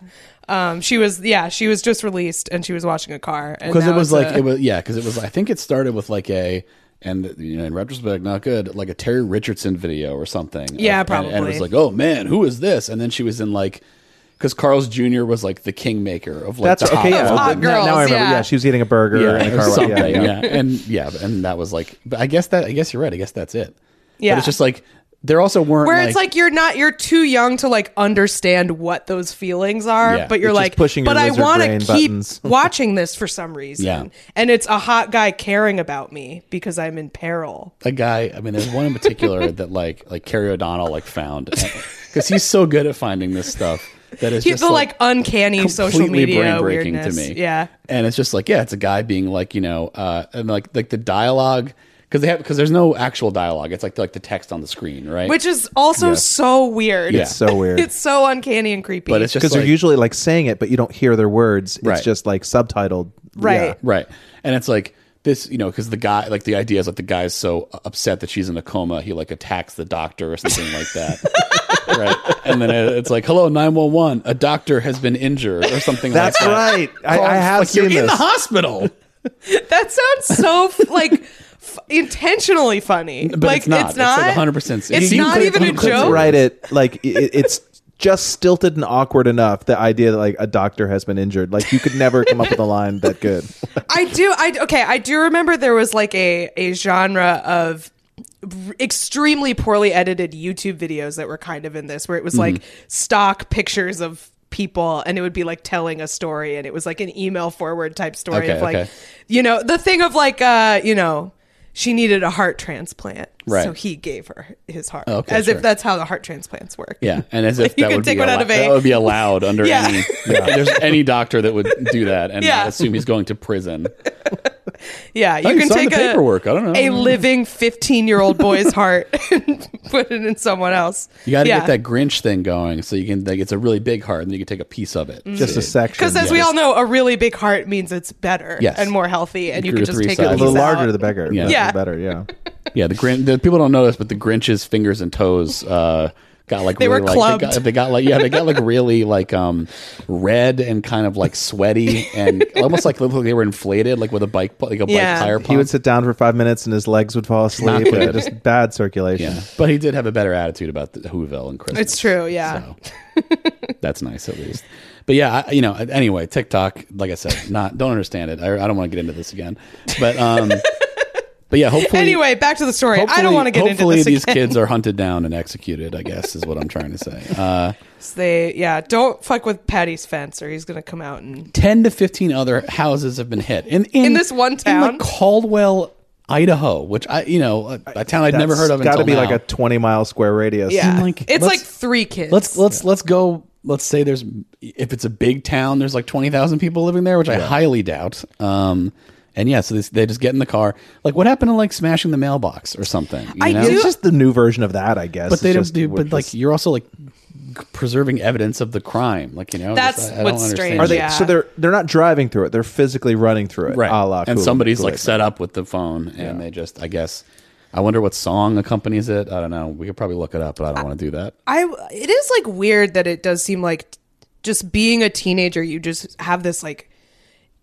Um, she was yeah, she was just released and she was washing a car and because it now was it's like a- it was yeah because it was i think it started with like a and you know in retrospect not good like a terry richardson video or something Yeah, And- and, it probably. was like oh man who is this and then she was in like because Carl's Jr. was like the kingmaker of like That's the hot okay. Yeah, dog. Hot Well, now, now I girls, remember. yeah. Yeah. she was eating a burger yeah, in a or car. something, Yeah, yeah. yeah. and yeah, and that was like, but I guess that I guess you're right. I guess that's it. Yeah. but it's just like there also weren't Where it's like you're not you're too young to like understand what those feelings are, Yeah, but you're it's just like pushing your but I lizard want to brain [laughs] keep buttons." watching this for some reason. Yeah. And it's a hot guy caring about me because I'm in peril. a guy. I mean, there's one in [laughs] particular that like like Carrie O'Donnell like found because he's so good at finding this stuff that is Keep just the like, uncanny social completely media brain-breaking weirdness. to me. Yeah. and it's just like yeah, it's a guy being like you know, uh, and like like the dialogue because they have because there's no actual dialogue. It's like like the text on the screen, right? Which is also so weird. Yeah. It's so weird. It's so uncanny and creepy. but it's just because like, they're usually like saying it, but you don't hear their words. Right. It's just like subtitled. Right. Right. And it's like this, you know, because the guy, like the idea is like the guy's so upset that she's in a coma, he like attacks the doctor or something like [laughs] that. right. And then it- it's like, hello, 911, a doctor has been injured or something That's like that. right. I, Call- I have like, seen you're in this. the hospital. That sounds so f- like f- intentionally funny. But like it's not. It's, like, 100% serious. It's You not could've- even you a could've joke. wrote- Write it like i- i it's just stilted and awkward enough. The idea that like a doctor has been injured, like you could never come up with a line [laughs] that good. I do. I okay. I do remember there was like a a genre of r- extremely poorly edited YouTube videos that were kind of in this, where it was Mm-hmm. like stock pictures of people and it would be like telling a story and it was like an email forward type story Okay, of like okay. you know the thing of like uh you know she needed a heart transplant Right. so he gave her his heart Okay, as sure. if that's how the heart transplants work Yeah, and [laughs] as if you that could would, be take one out allo- of a- that would be allowed under Yeah. [laughs] any there's any doctor that would do that and Yeah. assume he's going to prison. Yeah, you you can signed take the a, paperwork. I don't know. a living 15 year old [laughs] boy's heart and [laughs] put it in someone else. You got to yeah. get that Grinch thing going so you can like it's a really big heart and then you can take a piece of Mm. it. Just a section. Because as we all know, a really big heart means it's better Yes. and more healthy, and you Grew can just three take sizes. a a piece little out. larger, the better. Yeah. Yeah, Yeah. the [laughs] better. Yeah. Yeah, the Grinch. The people don't notice, but the Grinch's fingers and toes uh, got like They were really, like, they, clubbed. got, they got like yeah, they got like really like um red and kind of like sweaty [laughs] and almost like looked like they were inflated, like with a bike pu- like a Yeah. bike tire He pump. He would sit down for five minutes and his legs would fall Not asleep. and good. just bad circulation. yeah, but he did have a better attitude about the Whoville and Christmas. It's true, yeah. that's nice at least. But yeah, I, you know. Anyway, TikTok, like I said, not don't understand it. I, I don't want to get into this again. But um, but yeah, hopefully. [laughs] Anyway, back to the story. I don't hopefully- want to get into hopefully this these again. kids are hunted down and executed. I guess is what I'm trying to say. [laughs] Uh, They, yeah, don't fuck with Patty's fence, or he's gonna come out and 10 to 15 other houses have been hit in in, In this one like, town? Caldwell Idaho which I you know a, a town I'd never heard of Got to until be now. like a twenty mile square radius. yeah, like, it's let's- like three kids. let's let's let's go let's say there's if it's a big town there's like 20,000 people living there which I highly doubt um and yeah so this, they just get in the car like what happened to like smashing the mailbox or something you I know? do- It's just the new version of that, I guess. but they It's don't just- do we're but like just- you're also like preserving evidence of the crime like you know just- That's I- I don't what's understand strange, it. Are they? Yeah. So they're they're not driving through it. They're physically running through it. right? A la and Kool- somebody's like Kool-Aid. set up with the phone, and they just, I guess, I wonder what song accompanies it. I don't know. We could probably look it up, but I don't want to do that. I it is like weird that it does seem like just being a teenager, you just have this like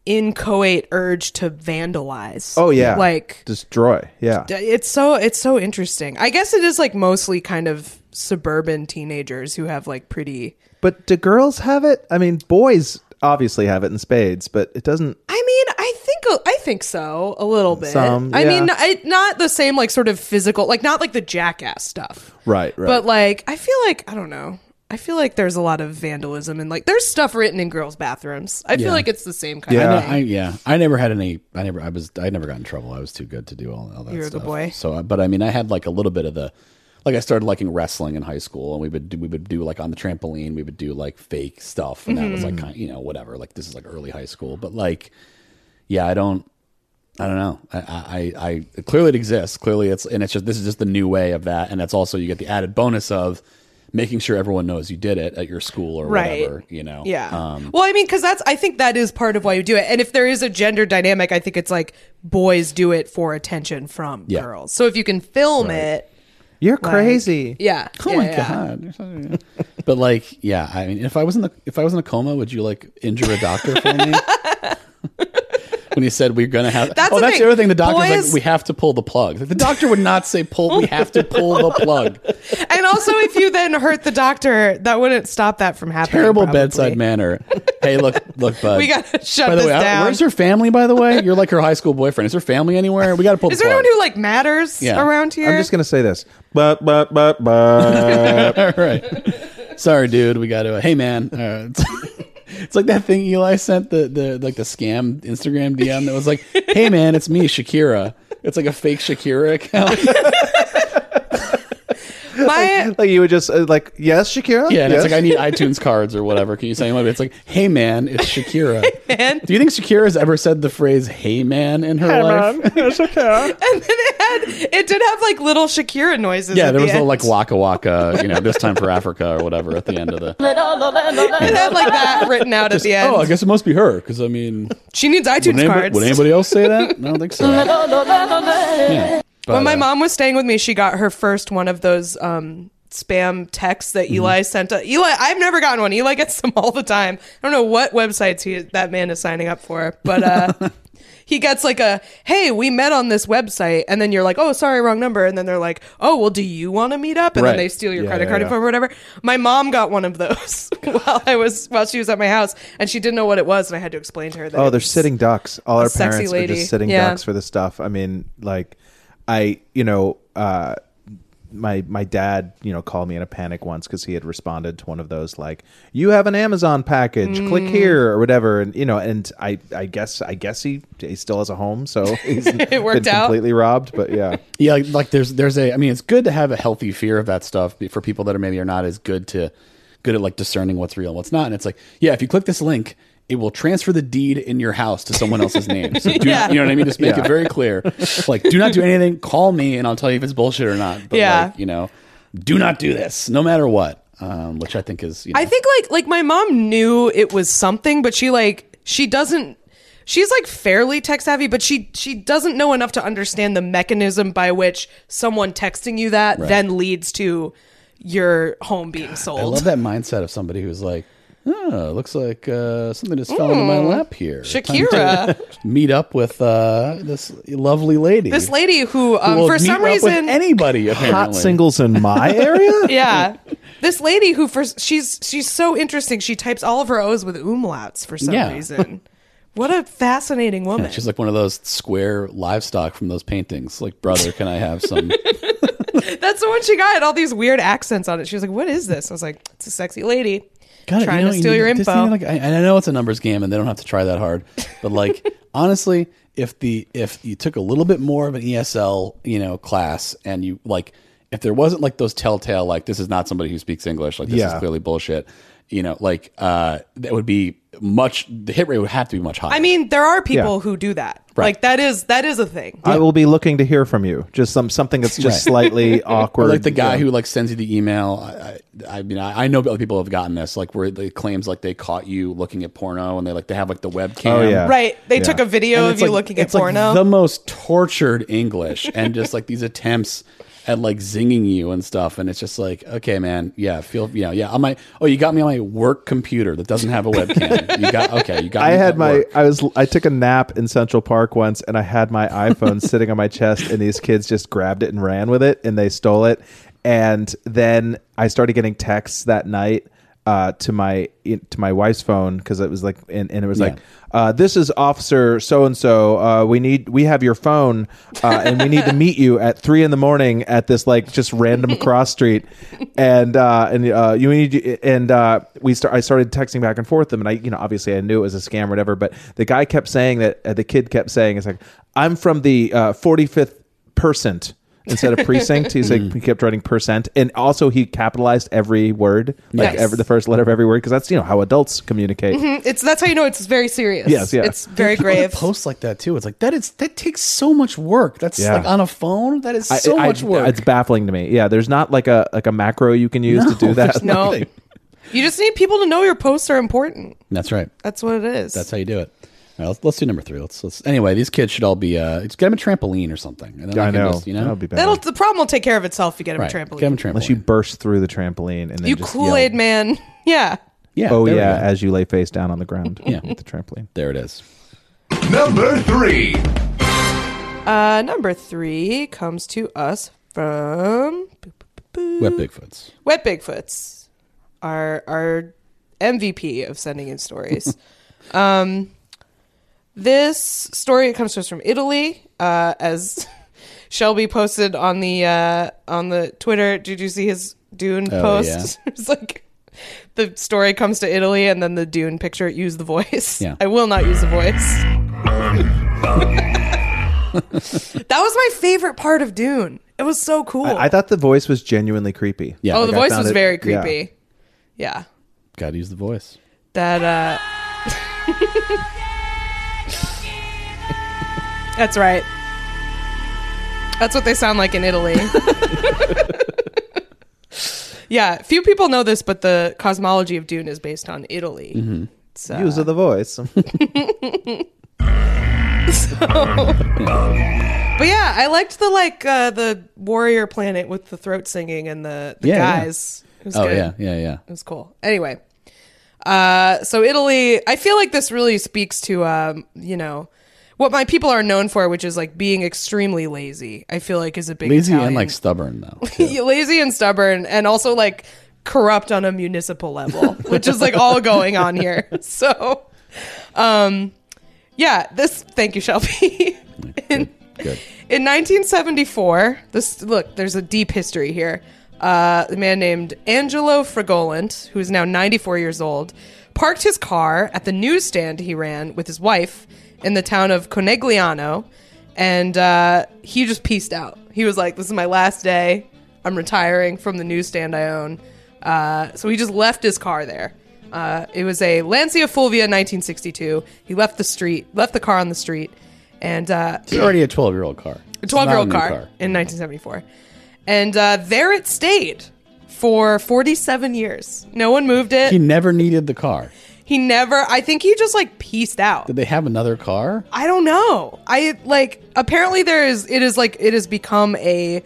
inchoate urge to vandalize. Oh yeah. like destroy. Yeah. it's so it's so interesting. I guess it is like mostly kind of suburban teenagers who have like pretty. But do girls have it? I mean, boys obviously have it in spades, but it doesn't. I mean, I think I think so a little bit. Some, I mean, yeah. I, not the same like sort of physical, like not like the jackass stuff. Right. Right. But like, I feel like I don't know. I feel like there's a lot of vandalism and like there's stuff written in girls' bathrooms. I feel like it's the same kind Yeah. I, of know- thing. I- yeah, I never had any. I never. I was. I never got in trouble. I was too good to do all, all that. You were a good stuff. boy. So, I- but I mean, I had like a little bit of the. Like I started liking wrestling in high school, and we would do, we would do like on the trampoline, we would do like fake stuff, and that was Mm-hmm. like kind you know whatever. Like this is like early high school, but like, yeah, I don't, I don't know. I, I, I- I clearly it exists. Clearly it's and it's just this is just the new way of that, and that's also you get the added bonus of making sure everyone knows you did it at your school or Right. whatever. You know, Yeah. Um, well, I mean, because that's I think that is part of why you do it. And if there is a gender dynamic, I think it's like boys do it for attention from Yeah. girls. So if you can film it, You're like- crazy. Yeah. Oh yeah, my yeah. god! but like, yeah, I mean, if I was in the if I was in a coma, would you like injure a doctor for me? [laughs] when he said we're gonna have. That's oh, the that's thing. the other thing. The doctor's Boys- like, we have to pull the plug. The doctor would not say pull. We have to pull the [laughs] plug. And also, if you then hurt the doctor, that wouldn't stop that from happening. Terrible probably. bedside manner. Hey, look, look, bud. We gotta [laughs] shut By the this way, I- down. where's her family? By the way, you're like her high school boyfriend. Is her family anywhere? We gotta pull. Is the there plug. anyone who like matters Yeah. around here? I'm just gonna say this. But but [laughs] but [laughs] but All right. Sorry, dude. We got to. Hey, man. Uh, it's, [laughs] it's like that thing Eli sent the the like the scam Instagram DM that was like, "Hey, man, it's me, Shakira." It's like a fake Shakira account. [laughs] My [laughs] like you would just uh, like yes, Shakira. Yeah, and yes. it's like I need iTunes cards or whatever. Can you send me one? It's like, "Hey, man, it's [laughs] Shakira." man. Do you think Shakira's ever said the phrase "Hey, man" in her life? [laughs] [laughs] and then it had it did have like little Shakira [laughs] noises. Yeah, at there the was a little like end. waka waka, you know, this time for Africa or whatever at the end of [laughs] the. It had like that written out at the end. Oh, I guess it must be her because I mean, she needs iTunes would anybody, cards. would anybody else say that? I don't think so. Yeah. But, when my uh, mom was staying with me, she got her first one of those um, spam texts that Mm-hmm. Eli sent. To, Eli, I've never gotten one. Eli gets them all the time. I don't know what websites he, that man is signing up for, but [laughs] uh, he gets like a "Hey, we met on this website," and then you're like, "Oh, sorry, wrong number," and then they're like, "Oh, well, do you want to meet up?" And Right. then they steal your Yeah, credit yeah, card yeah. info or whatever. My mom got one of those [laughs] while I was while she was at my house, and she didn't know what it was, and I had to explain to her that Oh, it they're was- sitting ducks. All our sexy parents are lady. just sitting Yeah. ducks for this stuff. I mean, like, I you know, uh, my my dad you know called me in a panic once because he had responded to one of those like, "You have an Amazon package. Click Mm. here or whatever." And you know, and I I guess I guess he he still has a [laughs] home, so he's it worked been out. completely robbed. But yeah, yeah, like, like there's there's a. I mean, it's good to have a healthy fear of that stuff be- for people that are maybe are not as good to good at like discerning what's real and what's not. And it's like, yeah, if you click this link. It will transfer the deed in your house to someone else's name. So do Yeah. you know what I mean? Just make it Yeah. very clear. Like, do not do anything. Call me, and I'll tell you if it's bullshit or not. But Yeah. like, you know, do not do this, no matter what. Um, which I think is, you know, I think like like my mom knew it was something, but she like she doesn't. She's like fairly tech savvy, but she she doesn't know enough to understand the mechanism by which someone texting you that Right. then leads to your home being sold. I love [laughs] that mindset of somebody who's like, oh, looks like uh, something just fell into my Hmm. lap here. Time [laughs] to meet up with uh, this lovely lady. This lady who, Who um, will for meet some up with reason, anybody apparently. hot singles in my [laughs] area. yeah, this lady who for she's she's so interesting. She types all of her O's with umlauts for some Yeah. reason. What a fascinating woman! She's like one of those square livestock from those paintings. Like, brother, can I have [laughs] some? That's the one she got. Had all these weird accents on it. She was like, "What is this?" I was like, "It's a sexy lady God, you trying know, to you steal need- your this info." thing, like, I, and I know it's a numbers game, and they don't have to try that hard. But [laughs] like, honestly, if the if you took a little bit more of an ESL, you know, class, and you like, if there wasn't like those telltale, like this is not somebody who speaks English, like this Yeah. is clearly bullshit. You know, like uh, that would be much. The hit rate would have to be much higher. I mean, there are people Yeah. who do that. Right. Like that is that is a thing. I will be looking to hear from you. Just some something that's just Right. [laughs] slightly Or awkward. like the guy Yeah. who like sends you the email. I, I, I mean, I, I know other people have gotten this, like where it claims like they caught you looking at porno, and they like they have like the webcam. Oh, yeah. right? They Yeah. took a video And of it's you like- looking at it's like porno. the most tortured English, and just like these attempts at like zinging you and stuff. And it's just like, okay, man, yeah, feel, yeah, yeah. On my, oh, you got me on my work computer that doesn't have a webcam. you got okay, you got. I me had at my work. I was I took a nap in Central Park once and I had my iPhone sitting on my chest and these kids just grabbed it and ran with it and they stole it and then I started getting texts that night uh, to my to my wife's phone because it was like and, and it was like uh, this is officer so and so we need we have your phone uh, and we need to meet you at three in the morning at this like just random cross street and uh, and uh, you need to- and uh, we start I started texting back and forth with them and I you know obviously I knew it was a scam or whatever but the guy kept saying that uh, the kid kept saying it's like I'm from the uh, 45th percent instead of precinct he's like he kept writing percent and also he capitalized every word like Yes. Mm-hmm. every the first letter of every word because that's you know how adults communicate Mm, it's that's how you know it's very serious. Yes, yeah. It's very People that grave. Post like that too. It's like that is that takes so much work. That's Yeah. like on a phone. That is I- so I- much work. It's baffling to me. Yeah, there's not like a like a macro you can use to do [laughs] that. [laughs] no, you just need people to know your posts are important. That's right. That's what it is. That's how you do it. All right, let's, let's do number three. Let's, let's anyway. These kids should all be. Uh, just get them a trampoline or something. And then I they can know. just, you know, That'll be better. That'll the problem will take care of itself. if You get him right. a trampoline. Get them a trampoline. Unless you burst through the trampoline and then you just Kool Aid yell, man. [laughs] Yeah. yeah. Oh there we yeah, go. as you lay face down on the ground. Yeah. with the trampoline. There it is. Number three. Uh, number three comes to us from Wet Hmm. Bigfoots. Wet Bigfoots, our our MVP of sending in stories. um, [laughs] this story comes to us from Italy, uh, as [laughs] Shelby posted on the uh, on the Twitter. Did you see his Dune Oh, post? [laughs] it's like the story comes to Italy, and then the Dune picture. Use the voice. Yeah. [laughs] I will not use the voice. that was my favorite part of Dune. It was so cool. I thought the voice was genuinely creepy. Yeah. Oh, Like, the I voice found was it- very yeah. creepy. Yeah. Gotta use the voice. That uh [laughs] That's right. That's what they sound like in Italy. [laughs] yeah, few people know this, but the cosmology of Dune is based on Italy. Mm-hmm. So Use of [laughs] the voice. But yeah, I liked the like uh the warrior planet with the throat singing and the, the Yeah, yeah. guys. It was Oh good. yeah, yeah, yeah. It was cool. Anyway, uh, so Italy, I feel like this really speaks to, um, you know, what my people are known for, which is like being extremely lazy. I feel like is a big Lazy and Italian- like stubborn [laughs] though. lazy and stubborn, and also like corrupt on a municipal level, [laughs] which is like all going on here. [laughs] So, um, yeah, this. Thank you, Shelby. [laughs] In- Good. in 1974, this look, there's a deep history here. Uh, a man named Angelo Fregolant, who is now 94 years old, parked his car at the newsstand he ran with his wife in the town of Conegliano, and uh, he just pieced out. He was like, "This is my last day. I'm retiring from the newsstand I own." Uh, so he just left his car there. Uh, it was a Lancia Fulvia 1962. He left the street, left the car on the street, and uh, It's already a twelve year old car. a It's 12 year old not a car, new in 1974. And uh, there it stayed for 47 years. No one moved it. He He, never needed the car. never, I think he just like pieced out. Did they have another car? I don't know. I like, apparently there is, it is like, it has become a,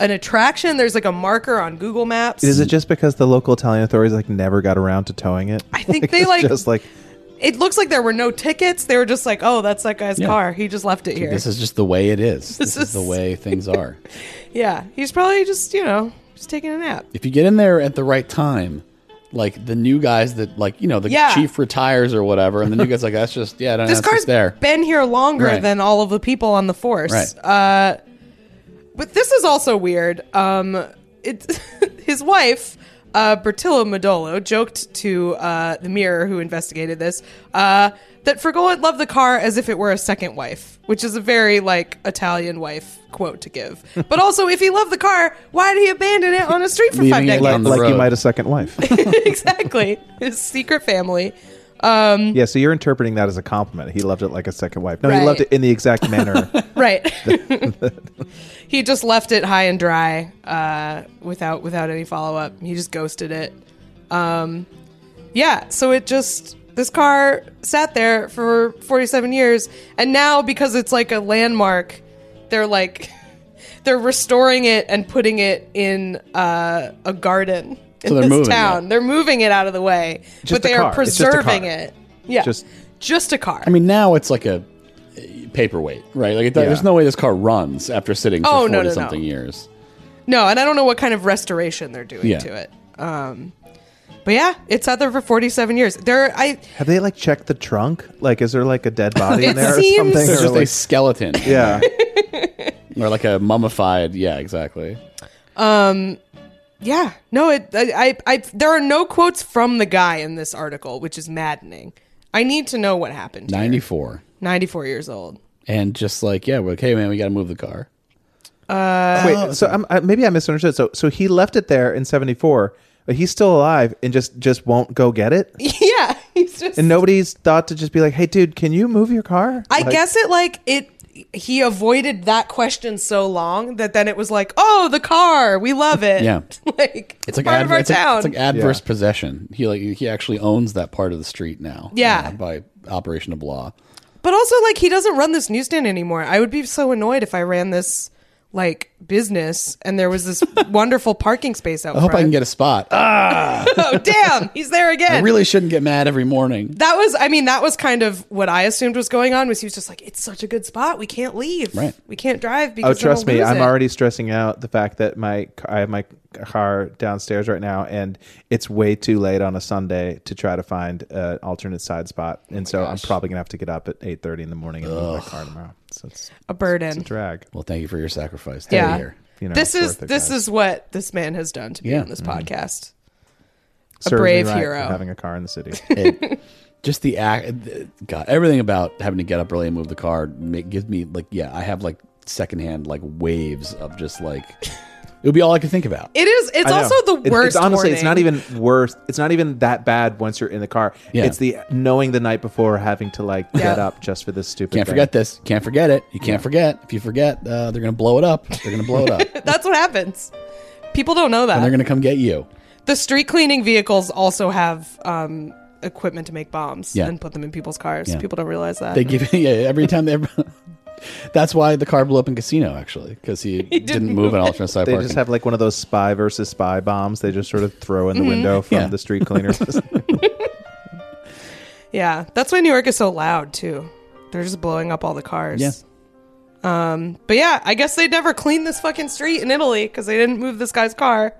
an attraction. There's like a marker on Google Maps. Is it just because the local Italian authorities like never got around to towing it? I think they, it's like- just [laughs] like It looks like there were no tickets. They were just like, oh, that's that guy's Yeah. car. He just left it here. This is just the way it [laughs] is. This, This is the is- way things are. yeah. He's probably just, you know, just taking a nap. if you get in there at the right time, like the new guys that like you know the Yeah. chief retires or whatever, and the new guy's like that's just yeah, I don't know, this that's car's just there. been here longer Right. than all of the people on the force. Right. Uh, but this is also weird. Um, it's [laughs] his wife, uh, Bertilla Modolo, joked to uh, the Mirror, who investigated this, uh, that Fregolet loved the car as if it were a second wife, which is a very like Italian wife quote [laughs] to give. but also, if he loved the car, why did he abandon it on a street for five Leaving it decades? on the like road. you might a second wife. [laughs] exactly, his secret family. yeah, so you're interpreting that as a compliment. He loved it like a second wife. No, Right. he loved it in the [laughs] exact manner. [laughs] right he just left it high and dry uh, without without any follow-up he just ghosted it um, yeah so it just this car sat there for 47 years and now because it's like a landmark they're like [laughs] they're restoring it and putting it in uh, a garden in So they're this moving town it. they're moving it out of the way but a they are car. It's just a car. preserving it yeah Just- just a car I mean, now it's like a a paperweight, right? Like it, there's no way this car runs after sitting for Oh, forty no, no, no. something years. No, and I don't know what kind of restoration they're doing Yeah. to it. Um, but yeah, it's out there for 47 years. There, I Have they like checked the trunk? Like, is there like a dead body It in there seems- or something? It's Or, just a like- skeleton, [laughs] yeah, or like a mummified. Yeah, exactly. yeah, no, it. I, I, I, there are no quotes from the guy in this article, which is maddening. I need to know what happened. here. Ninety four, 94 years old. [laughs] and just like yeah, we're like hey man, we got to move the car. Wait, Oh, so I'm, I, maybe I misunderstood. So, so he left it there in '74, but he's still alive and just just won't go get it. yeah, he's just. And nobody's thought to just be like, "Hey, dude, can you move your car?" I Like, guess it like it. He avoided that question so long that then it was like, oh, the car, we love it. Yeah. [laughs] like it's, part adver- of our it's town. Like, it's like adverse Yeah. possession. He like he actually owns that part of the street now. Yeah. uh, by operation of law. But also, like, he doesn't run this newsstand anymore. I would be so annoyed if I ran this like business, and there was [laughs] this wonderful parking space out I hope I front. can get a spot. Ah, [laughs] oh, damn, he's there again. I really shouldn't get mad every morning. that was, I mean, that was kind of what I assumed was going on. Was he was just like, it's such a good spot, we can't leave, Right. We can't drive because Oh, trust then me, we'll lose I'm it." already stressing out the fact that my ca- I have my car downstairs right now, and it's way too late on a Sunday to try to find an alternate side Oh spot, and so I'm probably gonna have to get up at 8:30 in the morning and move my car tomorrow. So it's a burden. a drag. Well, thank you for your sacrifice. Stay Yeah, here. You know, this it's is worth it, this guys. mm-hmm. is what this man has done to me Yeah. in this podcast. Serves me brave right for hero. having a car in [laughs] the city. It- just the act, God, everything about having to get up early and move the car make, gives me like, yeah, I have like secondhand like waves of just like, [laughs] it would be all I could think about. It is. It's I know. also It- the worst. It's, honestly, it's not warning. even worth. It's not even that bad once you're in the car. Yeah. It's the knowing the night before having to like get Yeah. up just for this stupid. Can't thing. forget this. Can't forget it. You can't forget. If you forget, uh, they're gonna blow it up. They're gonna blow it up, and [laughs] That's what happens. People don't know that. they're gonna come get you. the street cleaning vehicles also have um, equipment to make bombs Yeah. and put them in people's cars. Yeah. People don't realize that. They give [laughs] yeah every time they. That's why the car blew up in Casino actually because [laughs] he, didn't, move an alternate side They parking. just have like one of those spy versus spy bombs. They just sort of throw Mm-hmm. in the window from Yeah. the street [laughs] cleaner. [laughs] yeah, that's why New York is so loud too. They're just blowing up all the cars. Um, Yeah. But yeah, I guess they never cleaned this fucking street in Italy because they didn't move this guy's car.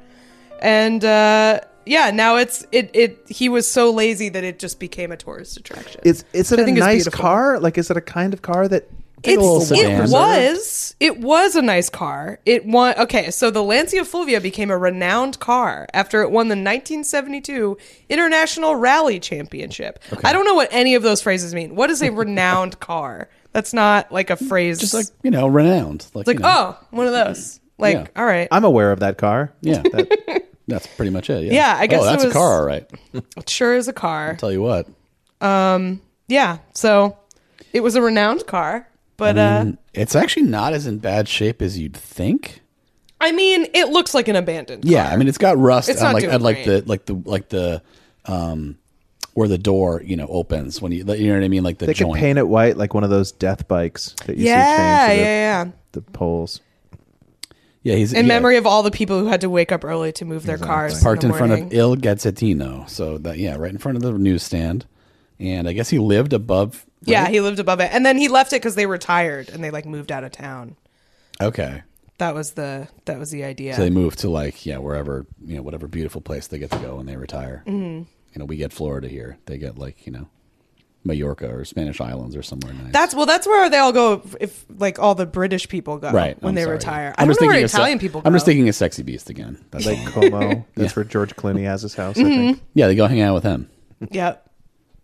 And uh, yeah, now it's it it he was so lazy that it just became a tourist attraction. Is is it I a think it's nice beautiful. car? Like, is it a kind of car that? It's, old it sedan. was it was a nice car. It won. Okay, so the Lancia Fulvia became a renowned car after it won the 1972 International Rally Championship. I don't know what any of those phrases mean. What is a renowned [laughs] car? That's not like a phrase. just like you know renowned. Like, it's like you know, oh, one of those. Like Yeah. all right, I'm aware of that car. yeah, That, [laughs] that's pretty much it. Yeah, Yeah, I guess Oh, it that's was- a car, all right. it sure is a car. Tell you what, Yeah, so it was a renowned car, but uh, it's actually not as in bad shape as you'd think. I mean, it looks like an abandoned. Yeah, I mean it's got rust. It's on, not like doing I'd like great. the like the like the um where the door you know opens when you you know what I mean like the they could joint. paint it white, like one of those death bikes that you yeah, see yeah, chained to yeah. the, the poles. yeah, he's in yeah, memory of all the people who had to wake up early to move their cars in parked the in, front of morning. Il Gazzettino. So that yeah, right in front of the newsstand, and I guess he lived above. yeah right? he lived above it and then he left it because they were tired and they like moved out of town okay. that was the that was the idea So they move to like yeah wherever you know whatever beautiful place they get to go when they retire. Mm-hmm. You know we get Florida here. They get like you know Mallorca or Spanish Islands or somewhere nice. that's well that's where they all go if like all the british people go right uh, when I'm they sorry. retire i don't know where of se- italian people go I'm just thinking of Sexy Beast again. That's Lake all. [laughs] Como. That's where George Clooney has his Mm-hmm. house. I think. Yeah, they go hang out with him. yep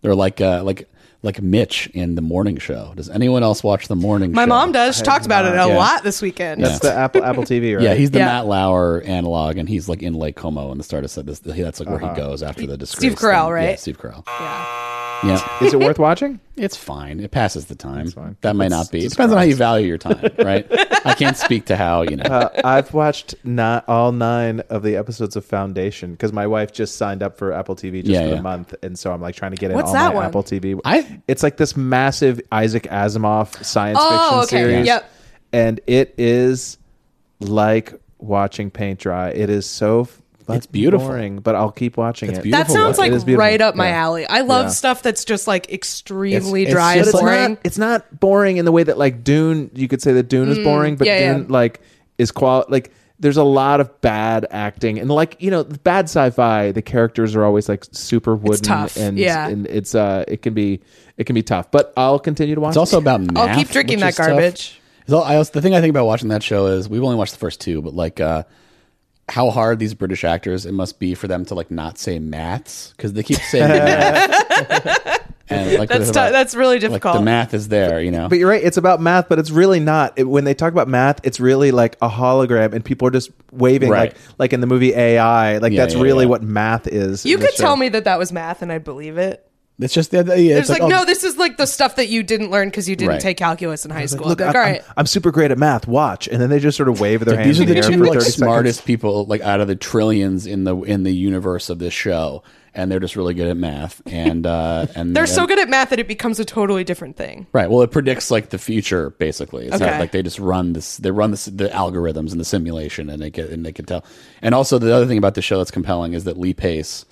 They're like uh, like like Mitch in the morning show. Does anyone else watch the morning my show? mom does she talked about it a Yeah. lot this weekend Yeah. That's the Apple Apple TV, right? Yeah, he's the Yeah. Matt Lauer analog, and he's like in Lake Como, and the start of said this. That's like where Uh-huh. he goes after the disgrace. Steve Carell, thing. Yeah, right? Steve Carell. Yeah. Yeah, Is it worth watching? it's fine. It passes the time. fine. That might not be. It depends on how you value your time, right? I can't speak to how you know. Uh, I've watched not all nine of the episodes of Foundation because my wife just signed up for Apple TV just Yeah, for yeah. the month, and so I'm like trying to get in What's all that my one? Apple TV. I- it's like this massive Isaac Asimov science Oh, fiction okay. series, Yep. and it is like watching paint dry. It is so f- It's beautiful. boring, but I'll keep watching it. beautiful. that sounds It like is beautiful. right up my Yeah. alley i love Yeah. stuff that's just like extremely It's- it's just dry and But it's boring not, it's not boring in the way that like Dune. You could say that Dune is boring, but Mm, yeah, yeah. Dune like is qual like. There's a lot of bad acting and like you know the bad sci-fi. The characters are always like super wooden tough, and yeah. and it's uh it can be it can be tough. But I'll continue to watch. It's also about math. keep drinking which that is tough. garbage. It's all- I also, the thing I think about watching that show is we've only watched the first two, but like uh, how hard these British actors it must be for them to like not say maths because they keep [laughs] saying math. and like that's it's tou- about- that's really like difficult the math is there, you know. But you're right. It's about math, but it's really not. It- when they talk about math, it's really like a hologram, and people are just waving Right. like like in the movie AI. Like Yeah, that's yeah, really yeah. what math is. you in the could show. tell me that that was math and i'd believe it it's just yeah, yeah, it's It's like, oh, no, this is like the stuff that you didn't learn because you didn't Right. take calculus in high Like, school. look, Like, I, all right. am super great at math. Watch, and then they just sort of wave their Like, these hands. are in the air two for like 30 seconds. smartest people like out of the trillions in the in the universe of this show and they're just really good at math. And [laughs] uh, and They're so good at math that it becomes a totally different thing. Right. Well, it predicts like the future basically. It's not Okay. like they just run this. They run this, the algorithms and the simulation, and they get and they can tell. And also, the other thing about the show that's compelling is that Lee Pace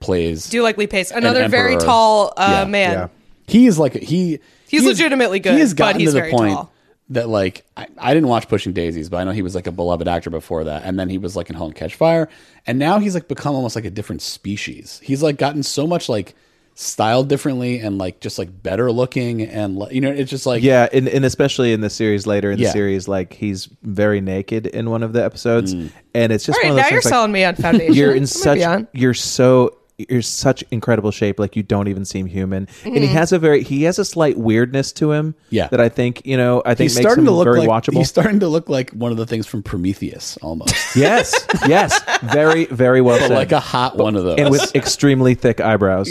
plays. Do you like Lee Pace? Another An very emperor. tall uh, Yeah, man. yeah. he is like he. He's he legitimately good, He has but gotten he's to the very point tall. that like I, I didn't watch Pushing Daisies, but I know he was like a beloved actor before that, and then he was like in Home Catch Fire, and now he's like become almost like a different species. He's like gotten so much like styled differently and like just like better looking and like, you know it's just like Yeah, and, and especially in the series later in Yeah. the series, like he's very naked in one of the episodes, Mm. and it's just All one right, of those now you're things, like, selling me on foundation. you're in I'm such beyond. you're so you're such incredible shape like you don't even seem human and Mm-hmm. he has a very he has a slight weirdness to him Yeah. that i think you know i think he's makes starting him to look very like watchable he's starting to look like one of the things from Prometheus almost, [laughs] yes yes very very well [laughs] but said. like a hot one of those. and with extremely thick eyebrows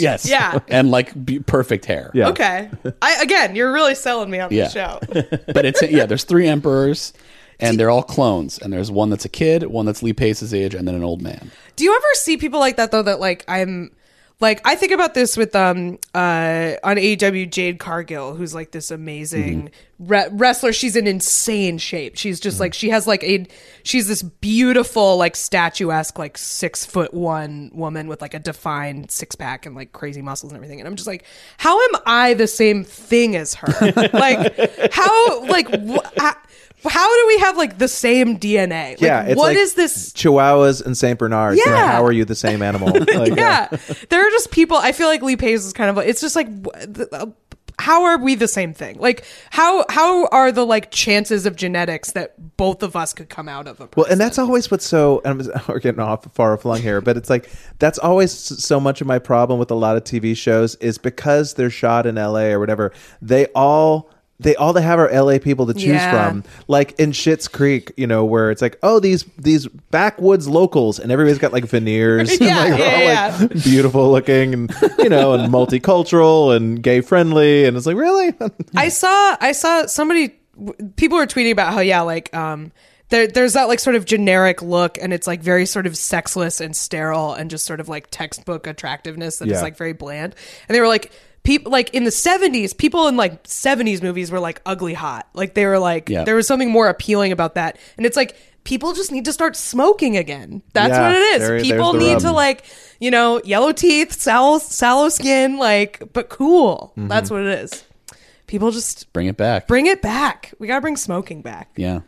[laughs] yes, Yeah. and like be- perfect hair. Yeah. Okay. I again, you're really selling me on Yeah. the show. but it's yeah. There's three [laughs] emperors, and they're all clones. And there's one that's a kid, one that's Lee Pace's age, and then an old man. Do you ever see people like that though? That like I'm, like I think about this with um uh on AEW Jade Cargill, who's like this amazing Mm-hmm. re- wrestler. She's in insane shape. She's just like she has like a she's this beautiful like statuesque like six foot one woman with like a defined six pack and like crazy muscles and everything. And I'm just like, how am I the same thing as [laughs] her? like how like wh- how, how do we have like the same DNA? Like, yeah it's what like is this? chihuahuas and saint bernards you know, Yeah. how are you the same [laughs] animal [laughs] like, yeah. There are just people. I feel like Lee Pace is kind of. It's just like, wh- th- uh, how are we the same thing? Like, how how are the like chances of genetics that both of us could come out of a person? Well, and that's always what's so. And I'm, [laughs] we're getting off far flung here, but it's like that's always s- so much of my problem with a lot of TV shows is because they're shot in LA or whatever. They all they all they have are LA people to choose Yeah. from. Like in Schitt's Creek, you know, where it's like, oh, these these backwoods locals, and everybody's got like [laughs] veneers, Yeah, and like, yeah, all like beautiful looking, and you know, and multicultural and gay friendly, and it's like, really, [laughs] I saw I saw somebody w- people were tweeting about how yeah like um there there's that like sort of generic look and it's like very sort of sexless and sterile and just sort of like textbook attractiveness that is Yeah. like very bland and they were like people like in the 70s people in like 70s movies were like ugly hot like they were like Yeah. there was something more appealing about that and it's like people just need to start smoking again that's Yeah, what it is there- people there's the need rub. to like you know yellow teeth sallow, sallow skin like but cool that's Mm-hmm. what it is people just Bring it back. bring it back. We gotta bring smoking back. yeah.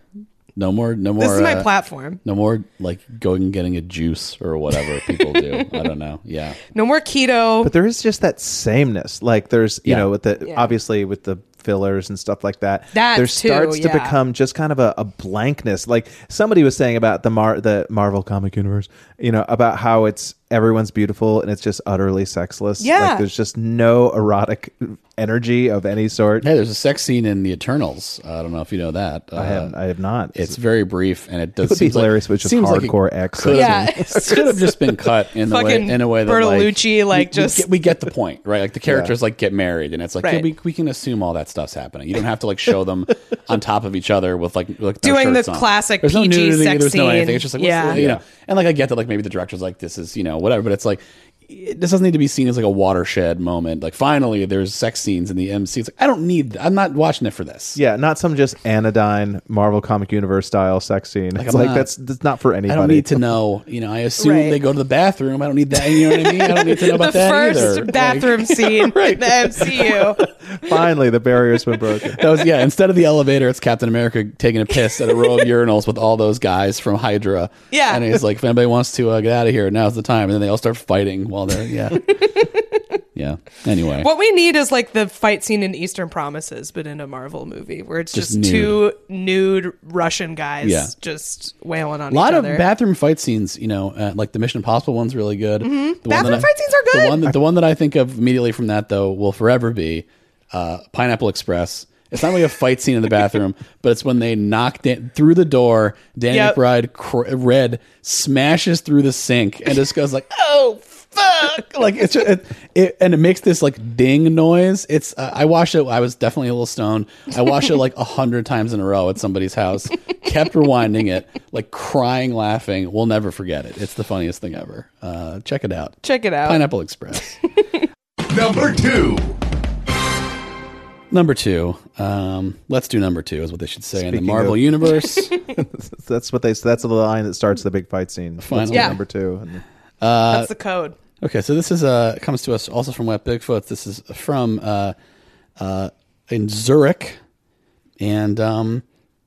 No more. No more. this is my uh, platform. No more like going and getting a juice or whatever people do. I don't know. Yeah. No more keto. but there is just that sameness. Like there's, you Yeah. know, with the Yeah. obviously with the fillers and stuff like that. That there too, starts to yeah. become just kind of a, a blankness. Like somebody was saying about the Mar the Marvel comic universe, you know, about how it's everyone's beautiful and it's just utterly sexless. Yeah. like there's just no erotic energy of any sort. Hey, there's a sex scene in the Eternals. I don't know if you know that. Uh, I have, I have not. It's very brief, and it does. it would be seems like- hilarious, which is seems like it hardcore X. could- Yeah, It it's could have just been cut in the way fucking in a way that Bertolucci, like, like, we- we just- get- we get the point right like the characters like get married and it's like yeah, Right. we, we can assume all that stuff's happening you don't have to like show [laughs] them on top of each other with like, like no Doing the shirts on. classic there's no PG nudity sex there's no anything scene. it's just like what's the- Yeah. you know and like I get that like maybe the director's like this is you know whatever but it's like it, this doesn't need to be seen as like a watershed moment like finally there's sex scenes in the MC it's like I don't need I'm not watching it for this yeah, not some just anodyne Marvel comic universe style sex scene. it's I'm like not- that's that's not for anybody. I don't [laughs] need to know. You know, I assume Right. they go to the bathroom. I don't need that. You know what I mean? I don't need to know [laughs] the about that first either. [laughs] bathroom scene in the MCU. Finally, the barrier's been broken. That was yeah. Instead of the elevator, it's Captain America taking a piss at a row of urinals with all those guys from Hydra. Yeah. and he's like, if anybody wants to uh, get out of here, now's the time. And then they all start fighting while they're [laughs] yeah, yeah. Anyway, What we need is like the fight scene in Eastern Promises, but in a Marvel movie where it's Just nude. just, two nude Russian guys Yeah. just wailing on a lot each of other. bathroom fight scenes. You know, uh, like the Mission Impossible one's really good. The one Mm-hmm. Bathroom that I- fight scenes are The good. one that the one that I think of immediately from that though will forever be uh, Pineapple Express. It's not really a fight scene in the [laughs] bathroom, but it's when they knock Dan- through the door. Danny Yep. McBride, cr- red, smashes through the sink and just goes like, "Oh fuck like it's just, it, it and it makes this like ding noise it's uh, i watched it i was definitely a little stoned i watched it like a hundred times in a row at somebody's house kept rewinding it like crying laughing we'll never forget it it's the funniest thing ever uh check it out Check it out. pineapple express Number two. number two um let's do number two is what they should say in Speaking the marvel of- [laughs] universe That's what they. That's the line that starts the big fight scene. That's Finally. Yeah. number two. And That's the code. Okay, so this is uh comes to us also from Wet Bigfoot. This is from uh, uh, in Zurich, and um,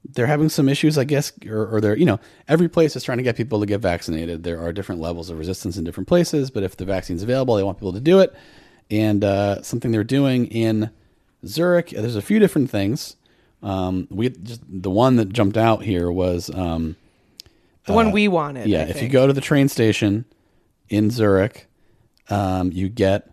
they're having some issues, I guess, or, or they're you know every place is trying to get people to get vaccinated. There are different levels of resistance in different places, but if the vaccine's available, they want people to do it. And uh, something they're doing in Zurich, there's a few different things. Um, we just the one that jumped out here was. Um, The one we wanted. yeah, I if you think. go to the train station in Zurich, um, you get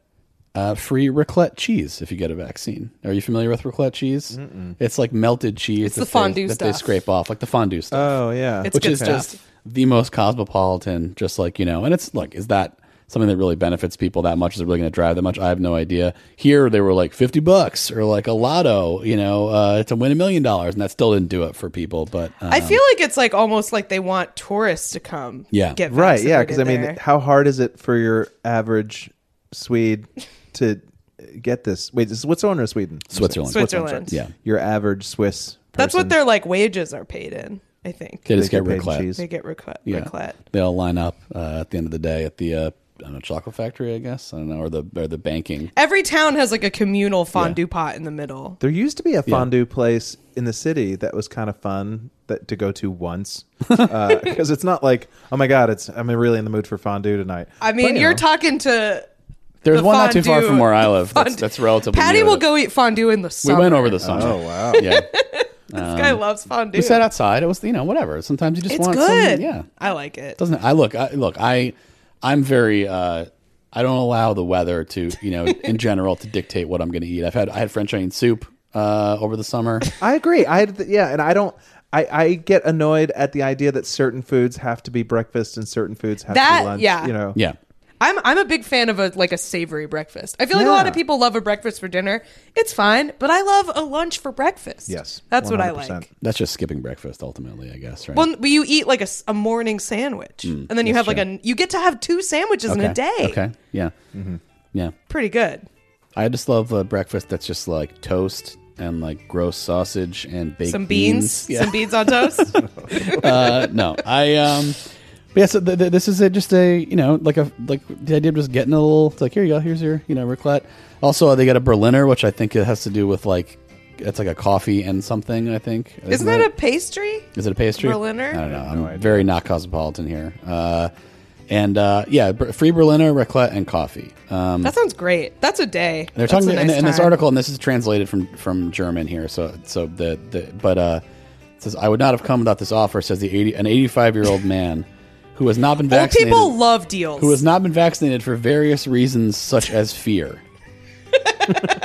uh, free raclette cheese if you get a vaccine. Are you familiar with raclette cheese? It's like melted cheese. It's the that they- fondue that they stuff. Uh, scrape off, like the fondue stuff [laughs] oh yeah. It's which good is stuff. just the most cosmopolitan. Just like you know, and it's look, is that something that really benefits people that much? Is it really going to drive that much? I have no idea. Here they were like fifty bucks or like a lotto, you know, uh, to win a million dollars, and that still didn't do it for people. But um, I feel like it's like almost like they want tourists to come. Yeah. Get right. Yeah. vaccinated Because I mean, there. how hard is it for your average Swede to get this? Wait, is Switzerland or Sweden? Switzerland. Switzerland. yeah, Your average Swiss. That's what person. their like wages are paid in. I think they just They get get paid in raclette. cheese. they get raclette. Yeah. Raclette. They all line up uh, at the end of the day at the uh, I don't know, chocolate factory, I guess. I don't know, or the or the banking. Every town has like a communal fondue pot in the middle. There used to be a fondue place in the city that was kind of fun that to go to once because it's not like oh my god, it's I'm really in the mood for fondue tonight. I mean, you you're know. talking to. There's the one not too far fondue- from where I the live. That's, fondue- that's relatively. Patty near will that- go Oh, eat fondue in the We summer. went over the summer. Oh, wow. [laughs] [laughs] Yeah, This guy loves fondue. we sat outside. It was you know whatever. Sometimes you just It's want good. Some, yeah, I like it. doesn't it? I look. I look. I I'm very. uh I don't allow the weather to you [laughs] know in general to dictate what I'm going to eat. I've had I had French onion soup uh over the [laughs] summer. I agree. I had th- yeah, and I don't. I, I get annoyed at the idea that certain foods have to be breakfast and certain foods have to That- be lunch. yeah. you know. Yeah. I'm I'm a big fan of a like a savory breakfast. I feel like a lot Yeah. of people love a breakfast for dinner. It's fine, but I love a lunch for breakfast. Yes, that's what I 100%. like. That's just skipping breakfast, ultimately, I guess, right? Well, you eat like a, s- a morning sandwich, and then you have like Mm, true. a you get to have two sandwiches okay. in a day. Mm-hmm. Okay, yeah, yeah. pretty good. I just love a breakfast that's just like toast and like gross sausage and baked Some [laughs] beans, Yeah. some beans on toast. uh, no, I um, but yeah. So th- th- this is a, just a you know like a like the idea of just getting a little it's like here you go here's your you know raclette. Also, they got a Berliner, which I think it has to do with like it's like a coffee and something. I think Isn't that a pastry? is it a pastry? Berliner? I don't know. I'm very not cosmopolitan here. Uh, and uh, yeah, br- free Berliner, raclette, and coffee. Um, That sounds great. That's a day. they're That's talking a in, nice in this time. article, and this is translated from from German here. So so the the but uh it says I would not have come without this offer. Says the eighty an eighty five year old [laughs] man who has not been Old vaccinated. people love deals. who has not been vaccinated for various reasons such as [laughs] fear.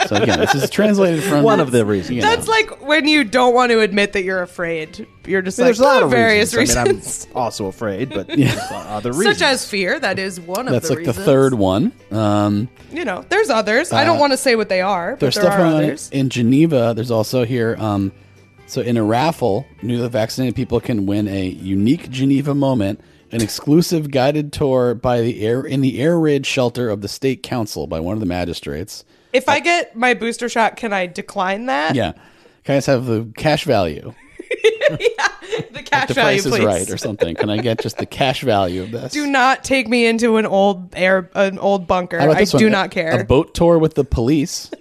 so again, this is translated from One of the reasons. you know. That's like when you don't want to admit that you're afraid. You're just like There's a lot "Oh, of various reasons, I [laughs] mean, I'm [laughs] also afraid, but there's other reasons. such as fear. That is one of that's the like reasons. the third one. Um, You know, there's others. I don't want to say what they are, but there's there stuff are going on others. in Geneva. There's also here. Um, so in a raffle, newly vaccinated people can win a unique Geneva moment, an exclusive guided tour by the air in the air raid shelter of the state council by one of the [laughs] magistrates. If I get my booster shot, can I decline that? uh, Yeah, can I just have the cash value? the cash The value, price is please. right or something. Can I get just the cash value of this? do not take me into an old air, an old bunker. How about I this one? do A- not care. A boat tour with the [laughs] police.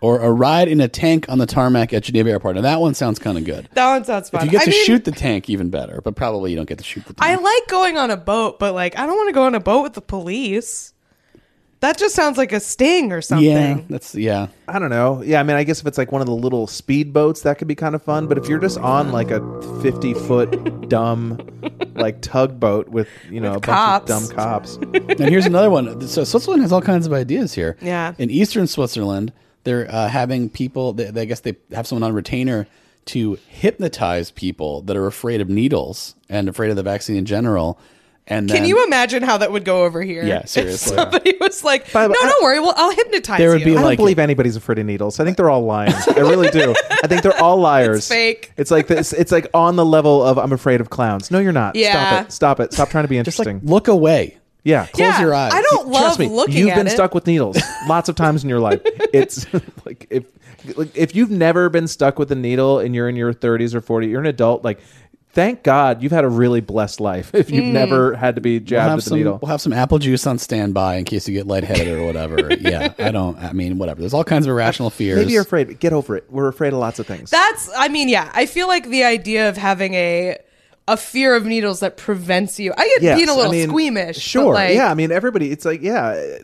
Or a ride in a tank on the tarmac at Geneva Airport. Now that one sounds kind of good. that one sounds fun. If you get I to mean, shoot the tank, even better. But probably you don't get to shoot the tank. I like going on a boat, but like I don't want to go on a boat with the police. That just sounds like a sting or something. yeah, that's yeah. I don't know. Yeah, I mean, I guess if it's like one of the little speedboats, that could be kind of fun. But if you're just on like a 50 foot dumb like tugboat with you know a cops. bunch of dumb [laughs] cops, And here's another one. So Switzerland has all kinds of ideas here. Yeah. In eastern Switzerland, they're uh, having people. They, they- I guess they have someone on retainer to hypnotize people that are afraid of needles and afraid of the vaccine in general. And then, Can you imagine how that would go over here? Yeah, If seriously. [laughs] somebody was like, By the way, "No, I- don't worry. Well, I'll hypnotize There would you." be I don't like- believe anybody's afraid of needles. I think they're all lying. I really do. I think they're all [laughs] liars. It's fake. It's like this. It's like on the level of I'm afraid of clowns. No, you're not. Yeah. Stop it. Stop it. [laughs] Stop trying to be Just like interesting. look away. yeah. close Yeah, your eyes. I don't love Trust me, looking you've at been it. stuck [laughs] with needles lots of times in your life. It's [laughs] like if like, if you've never been stuck with a needle and you're in your 30s or 40, you're an adult. Like, thank God you've had a really blessed life. If Mm. you've never had to be We'll jabbed have, with some, a needle, we'll have some apple juice on standby in case you get lightheaded or whatever. [laughs] yeah, I don't. I mean, whatever. There's all kinds of irrational fears. maybe you're afraid. But get over it. We're afraid of lots of things. That's I mean, yeah. I feel like the idea of having a a fear of needles that prevents you. I get Yes, being a little I mean, squeamish. but, Sure. like, yeah. I mean, everybody. It's like yeah. th-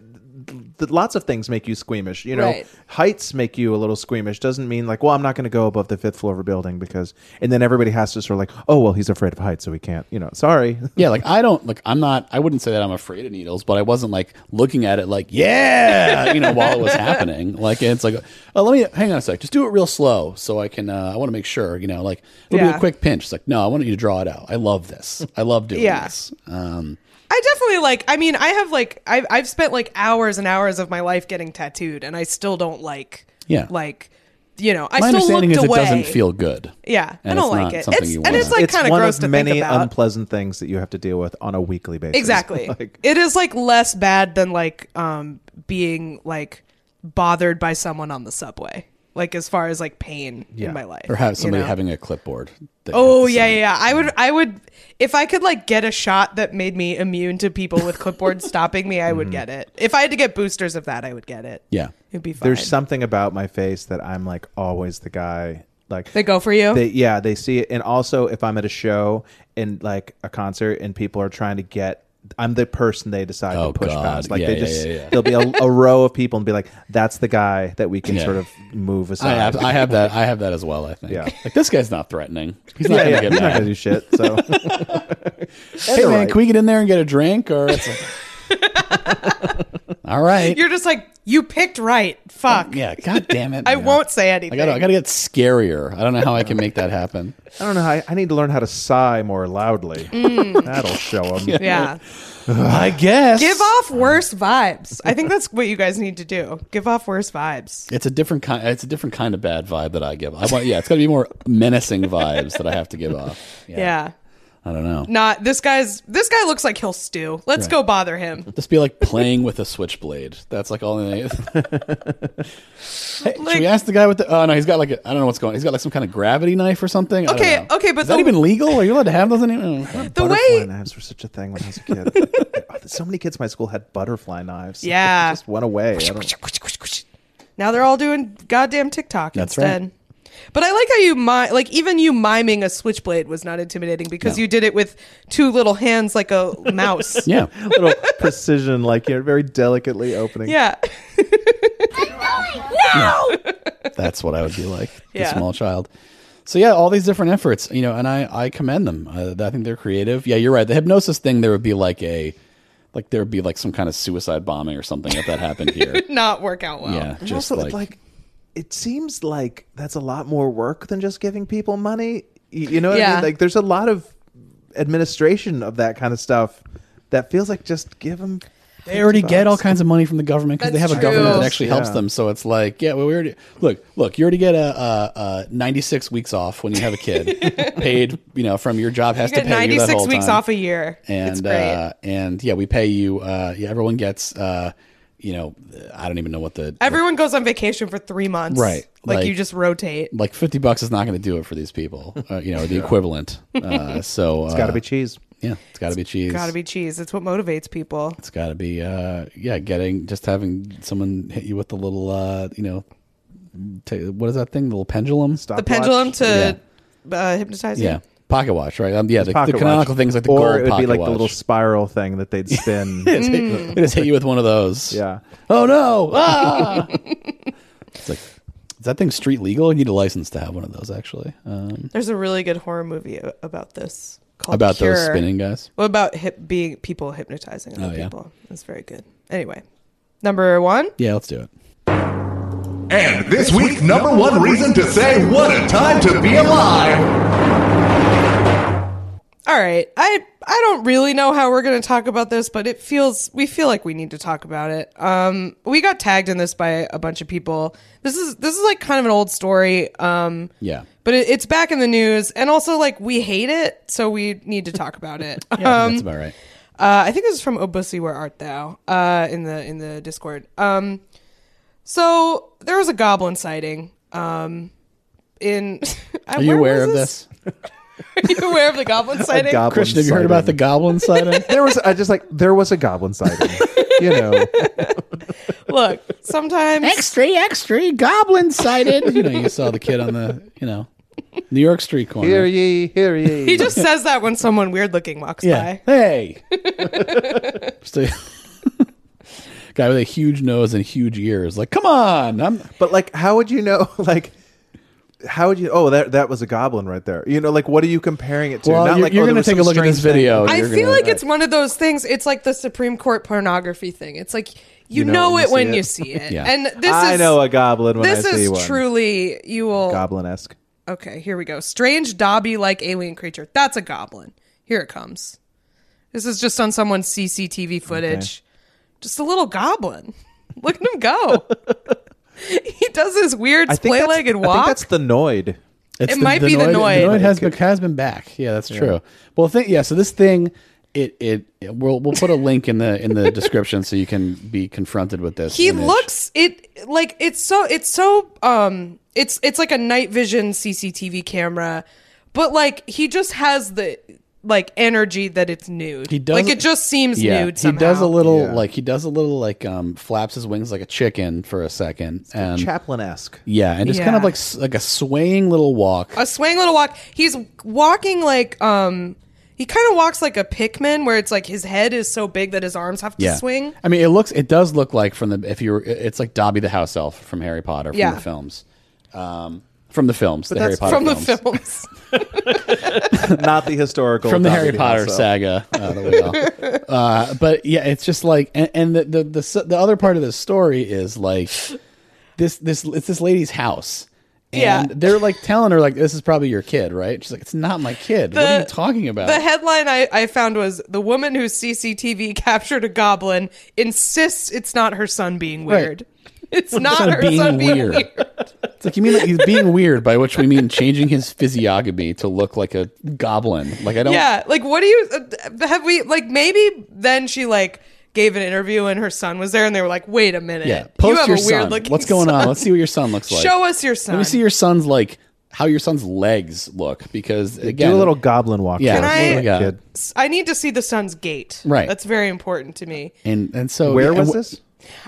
th- Lots of things make you squeamish. You know, Right. heights make you a little squeamish. Doesn't mean like, well, I'm not going to go above the fifth floor of a building because, and then everybody has to sort of like, oh, well, he's afraid of heights, so he can't. You know, sorry. Yeah, like I don't like I'm not I wouldn't say that I'm afraid of needles, but I wasn't like looking at it like, yeah, you know, while it was happening. Like it's like, oh, let me hang on a sec. Just do it real slow so I can uh, I want to make sure, you know, like it'll be Yeah. a quick pinch. It's like, no, I want you to draw it out. I love this. I love doing Yeah. this. Um I definitely like I mean, I have like I've I've spent like hours and hours of my life getting tattooed and I still don't like Yeah. like you know, I my still understanding looked is it away. doesn't feel good. Yeah, I and don't it's like not it. something It's- you and wanna- it's like [laughs] it's kinda one gross to of think many about. unpleasant things that you have to deal with on a weekly basis. Exactly. [laughs] Like, it is like less bad than like um being like bothered by someone on the subway. Like as far as like pain in my life. or have you somebody know? having a clipboard. that you Oh have to yeah, yeah, sign. yeah. I would, I would, if I could like get a shot that made me immune to people [laughs] with clipboards stopping me, I would get it. If I had to get boosters of that, I would get it. Mm-hmm. Yeah. it'd be fine. there's something about my face that I'm like always the guy. Like They go for you. They, yeah, they see it. And also, if I'm at a show and like a concert and people are trying to get, I'm the person they decide Oh, to push God. past. Like Yeah, they yeah, just, yeah, yeah. there'll be a, a row of people and be like, that's the guy that we can Yeah. sort of move I aside. have, [laughs] I have that I have that as well, I think. Yeah. Like this guy's not threatening. He's not yeah, gonna yeah, get you're not mad. gonna do shit. [laughs] So hey man, right. can we get in there and get a drink? Or it's like, [laughs] all right, [laughs] You're just like you picked right. Fuck. yeah. God damn it! I man. won't say I anything. gotta, I gotta get scarier. I don't know how I can make that happen. I don't know. How, I need to learn how to sigh more loudly. That'll show them. yeah. [sighs] I guess Give off worse vibes. I [laughs] think that's what you guys need to do. Give off worse vibes. It's a different kind. It's a different kind of bad vibe that I give. I want, yeah, it's gotta be more menacing vibes that I have to give off. Yeah, Yeah. I don't know. Not this guy's. This guy looks like he'll stew. Let's go [laughs] bother him. Just be like playing with a switchblade. That's like all. [laughs] Hey, should Like- we ask the guy with the? Oh no, he's got like a, I don't know what's going. on. He's got like some kind of gravity knife or something. I don't Okay, know. okay, but is that the- even legal? Are you allowed to have those anymore? The butterfly way. knives were such a thing when I was a [laughs] kid. Oh, so many kids in my school had butterfly knives. Yeah. It just went away. I [laughs] don't, Now they're all doing goddamn TikTok That's instead. right. But I like how you mi- like even you miming a switchblade was not intimidating because you did it with two little hands [laughs] like a [laughs] mouse. Yeah. little precision, like you know, very delicately opening. Yeah. [laughs] That's what I would be like, Yeah. the small child. So yeah, all these different efforts, you know, and I I commend them. Uh, I think they're creative. Yeah, you're right. The hypnosis thing, there would be like a, like there would be like some kind of suicide bombing or something if that happened [laughs] here. not work out well. yeah, And just also, like, like, like it seems like that's a lot more work than just giving people money. Y- You know what I Yeah. mean? Like there's a lot of administration of that kind of stuff that feels like just give them. they already get all kinds of money from the government because they have That's a government true. that actually helps Yeah. them. So it's like, yeah, well, we already look, look, you already get a, a, a 96 weeks off when you have a kid, [laughs] paid, you know, from your job has You get to pay you that 96 whole weeks time. off a year. it's and great. uh, and yeah, we pay you. Uh, yeah, everyone gets. Uh, you know, I don't even know what the Everyone goes on vacation for three months. Right. Like, Like- you just rotate. like fifty bucks is not going to do it for these people. Uh, you [laughs] know, or the equivalent. Uh, so It's got to be cheese. yeah, it's got to be cheese. Gotta be cheese. It's what motivates people. It's got to be uh, yeah, getting just having someone hit you with the little uh, you know, t- what is that thing? The little pendulum. Stop The pendulum to uh, hypnotize you. Yeah, pocket watch. Right. Um, yeah, the, the Pocket canonical watch. things like the or gold it would pocket be like watch. the [laughs] little spiral thing that they'd spin. They just hit- they just hit you with one of those. [laughs] Yeah. Oh no! Ah! it's like is that thing street legal? You need a license to have one of those. Actually, um, There's a really good horror movie a- about this called about those Cure. spinning guys. Well, about hip, being people hypnotizing other Oh, yeah. people. That's very good. Anyway, number one. Yeah, let's do it. And this week, number one reason to say what a time to be alive. All right, I I don't really know how we're going to talk about this, but it feels we feel like we need to talk about it. Um, we got tagged in this by a bunch of people. This is this is like kind of an old story. Um, Yeah. but it, it's back in the news, and also like we hate it, so we need to talk [laughs] about it. I um, think that's about right. uh, I think this is from Obusi, where art thou? Uh, in the in the Discord. Um, so there was a goblin sighting. Um, in [laughs] Are you aware of this? Are you aware of the [laughs] goblin sighting? goblin Christian, have you heard about the sighting. goblin [laughs] sighting? There was I just like there was a goblin sighting. [laughs] you know, Look, sometimes extra, extra, goblin sighted. you know, you saw the kid on the, you know, New York street corner. hear ye, hear He ye. just says that when someone weird looking walks yeah. [laughs] by. [laughs] Hey. Just a- [laughs] guy with a huge nose and huge ears. Like, come on. I'm But like, how would you know? [laughs] Like, how would you? Oh, that that was a goblin right there. You know, like, what are you comparing it to? well, you're, like, you're oh, there gonna was take a some look at this strange thing. video. I You're feel gonna- like it's one of those things. It's like the Supreme Court pornography thing. It's like you, know, when you it see when it. you see [laughs] it. Yeah. And this I is know a goblin when this I see is one. truly you will goblin esque. Okay, here we go. Strange Dobby like alien creature. That's a goblin. Here it comes. This is just on someone's CCTV footage. Just a little goblin. [laughs] Look at him go. [laughs] he does his weird splay legged I think walk. that's the Noid. It's It might be the Noid. Noid. has, been, has been back. Yeah, that's true. Well, thi- yeah. So this thing, it, it it we'll we'll put a link in the in [laughs] the description so you can be confronted with this. he image. looks it like it's so it's so um it's it's like a night vision cctv camera but like he just has the like energy that it's nude He does- like it just seems Yeah, nude he somehow. does a little Yeah. like he does a little like um flaps his wings like a chicken for a second and Chaplin esque. yeah, and just kind of Yeah. like s- like a swaying little walk. a swaying little walk he's walking like um he kind of walks like a Pikmin, where it's like his head is so big that his arms have to yeah, swing. I mean, it looks it does look like from the if you're it's like Dobby the house elf from Harry Potter from Yeah. the films, um from the films the Harry that's Potter From films. the [laughs] films, Not the historical. from the Dobby Harry Potter also. [laughs] saga. Uh, that we all- uh, but yeah, it's just like, and, and the, the the s- the other part of the story is like this this it's this lady's house. And Yeah. they're like telling her like this is probably your kid, right? She's like, it's not my kid. what are you talking about? The headline I, I found was the woman whose CCTV [laughs] captured a goblin insists it's not her son being Right. weird. [laughs] It's not son her being son being weird. weird. it's like you mean like he's being weird, by which we mean changing his physiognomy to look like a goblin. Like I don't. Yeah, like what do you uh, have we like maybe then she like gave an interview and her son was there and they were like, "Wait a minute. Yeah. Post you have your a weird son. looking What's going son. on? Let's see what your son looks like. Show us your son." Let me see your son's like how your son's legs look because again, Do a little goblin walk. Yeah. for us, Can I- little Yeah. kid. I need to see the son's gait. Right. That's very important to me. and and so Where yeah, was wh- this?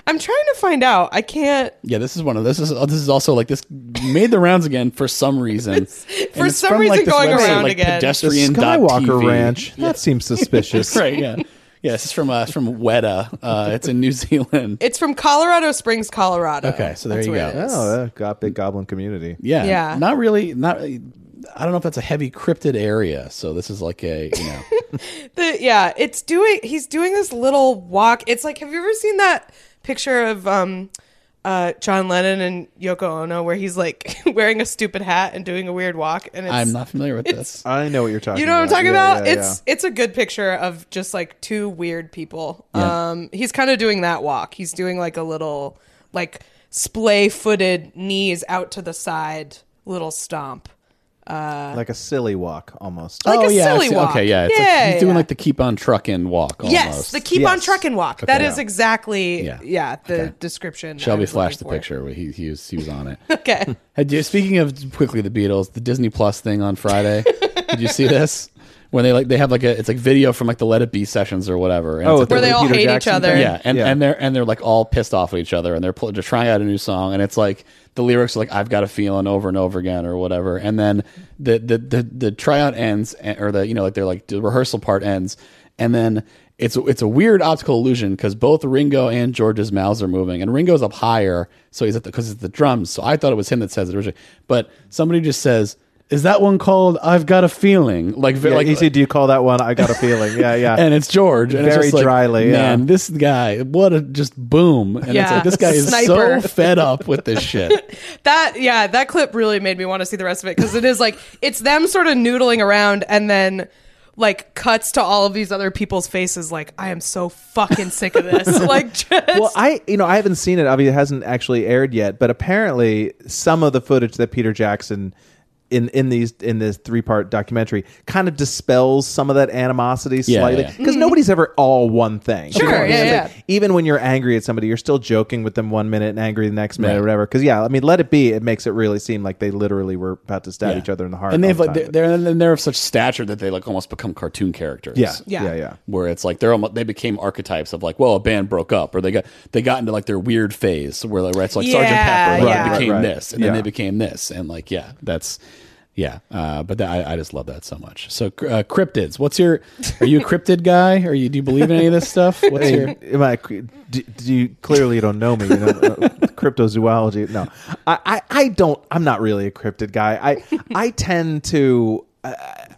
I'm trying to find out. I can't Yeah, this is one of this is this is also like this made the rounds again for some reason. And [laughs] for it's some from, reason this going around again. The Pedestrian Skywalker [laughs] Ranch. That seems suspicious. right? Oh, Yeah, yeah. This is from uh, it's from Weta. Uh, it's in New [laughs] Zealand. It's from Colorado Springs, Colorado. Okay, so there That's you where go. it is. Oh, that got big goblin community. Yeah, Yeah. Not really. Not. really- I don't know if that's a heavy cryptid area. So this is like a you [laughs] know. The- yeah, it's doing. He's doing this little walk. It's like, have you ever seen that picture of um, uh, John Lennon and Yoko Ono where he's like [laughs] wearing a stupid hat and doing a weird walk? And it's, I'm not familiar with this. I know what you're talking. You know what I'm talking Yeah, about? yeah, it's it's a good picture of just like two weird people. Yeah. Um, he's kind of doing that walk. He's doing like a little like splay-footed knees out to the side little stomp. yeah. like a silly walk almost. Like oh a yeah. I silly see. walk. Okay. Yeah. It's Yeah, like, he's doing yeah. like the keep on trucking walk. Almost. Yes, the keep on Yes. trucking walk. that is yeah. exactly Yeah. yeah, the description. I Shelby was flashed the looking for. picture. He, he was he was on it. [laughs] Okay. Had you, speaking of quickly the Beatles, the Disney Plus thing on Friday. did you [laughs] see this? When they like they have like a it's like video from like the Let It Be sessions or whatever. And Oh, it's the Where like they all Peter hate each Jackson other. thing? yeah, and, Yeah. and they're and they're like all pissed off at each other, and they're pl- they're trying out a new song, and it's like the lyrics are like "I've got a feeling" over and over again, or whatever. And then the the the, the tryout ends, and- or the you know like they're like the rehearsal part ends, and then it's it's a weird optical illusion because both Ringo and George's mouths are moving, and Ringo's up higher, so he's at the because it's the drums. So I thought it was him that says it originally, but somebody just says. Is that one called "I've Got a Feeling"? Like, Yeah, like you see, do you call that one? [laughs] I got a feeling. Yeah, yeah. and it's George, and it's Very just like, dryly, yeah. Man, this guy, what a just boom! And it's Yeah. like this guy is Sniper. so [laughs] fed up with [laughs] this shit. That yeah, that clip really made me want to see the rest of it because it is like it's them sort of noodling around and then like cuts to all of these other people's faces like I am so fucking sick of [laughs] this. like just Well, I you know I haven't seen it. I mean, it hasn't actually aired yet, but apparently some of the footage that Peter Jackson in in these in this three part documentary kind of dispels some of that animosity Yeah, slightly yeah. Mm-hmm. because nobody's ever all one thing. Sure, You know, it's yeah, just like, yeah. even when you're angry at somebody, you're still joking with them one minute and angry the next minute or Right. whatever. Because yeah, I mean, let it be. It makes it really seem like they literally were about to stab Yeah. each other in the heart. and all they've the like time. they're, they're and they're of such stature that they like almost become cartoon characters. yeah, Yeah. yeah, yeah, yeah. where it's like they're almost they became archetypes of like well a band broke up or they got they got into like their weird phase where like where it's like Sergeant Yeah, Pepper and yeah. they Right, became right, right. this and then Yeah. they became this and like yeah that's yeah uh, but that, I, I just love that so much so cr- uh, cryptids what's your are you a cryptid guy are you do you believe in any of this stuff what's your Am I, do, do you clearly you don't know me? You know, uh, [laughs] cryptozoology. No, I, I, I don't. I'm not really a cryptid guy. I, [laughs] I tend to. Uh,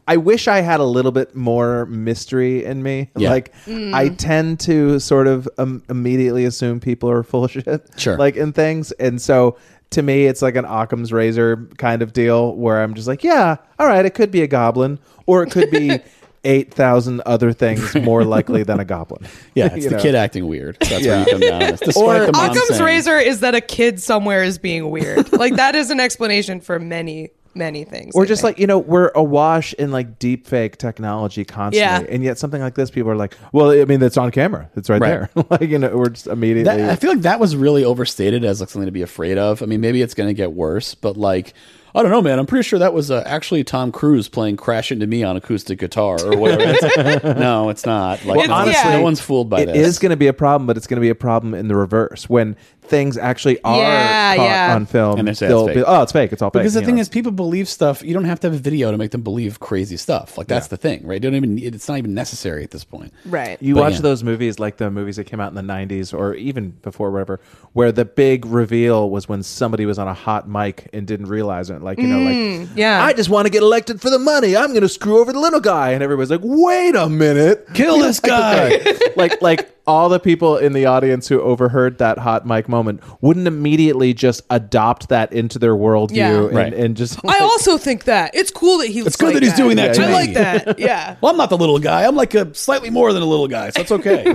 I wish I had a little bit more mystery in me. Yeah. Like I tend to sort of um, immediately assume people are full of shit. Sure. Like in things, and so to me, it's like an Occam's razor kind of deal where I'm just like, yeah, all right, it could be a goblin, or it could be. 8,000 other things more likely than a goblin. [laughs] yeah it's You the know. kid acting weird that's where Yeah. you come down on this, despite [laughs] Or- the mom Occam's saying- razor is that a kid somewhere is being weird. like that is an explanation for many many things. Or I just think. like, you know, we're awash in like deep fake technology constantly. Yeah. And yet something like this, people are like, well, I mean, that's on camera. It's right, Right. there. [laughs] like, you know, we're just immediately. That, I feel like that was really overstated as like something to be afraid of. I mean, maybe it's going to get worse, but like, I don't know, man. I'm pretty sure that was uh, actually Tom Cruise playing "Crash Into Me" on acoustic guitar or [laughs] whatever. It's- no, it's not. Like, Well, no- honestly, no one's fooled by it this. is going to be a problem, but it's going to be a problem in the reverse when things actually are Yeah, caught yeah. on film. And they say they'll it's fake. Be, oh, it's fake. It's all fake. because the you thing know. is, people believe stuff. You don't have to have a video to make them believe crazy stuff. Like that's the thing, right? You don't even. It's not even necessary at this point. right. You But watch yeah. those movies like the movies that came out in the 90s or even before, whatever, where the big reveal was when somebody was on a hot mic and didn't realize it. Like, you know, like, Mm, yeah. I just want to get elected for the money. I'm going to screw over the little guy. And everybody's like, wait a minute. Kill this guy. [laughs] like, like all the people in the audience who overheard that hot mic moment wouldn't immediately just adopt that into their worldview Yeah. and, Right. and just. I also think that it's cool that he. It's good that he's doing that to I me. [laughs] like that. Yeah. well, I'm not the little guy. I'm like a slightly more than a little guy, so it's [laughs] okay.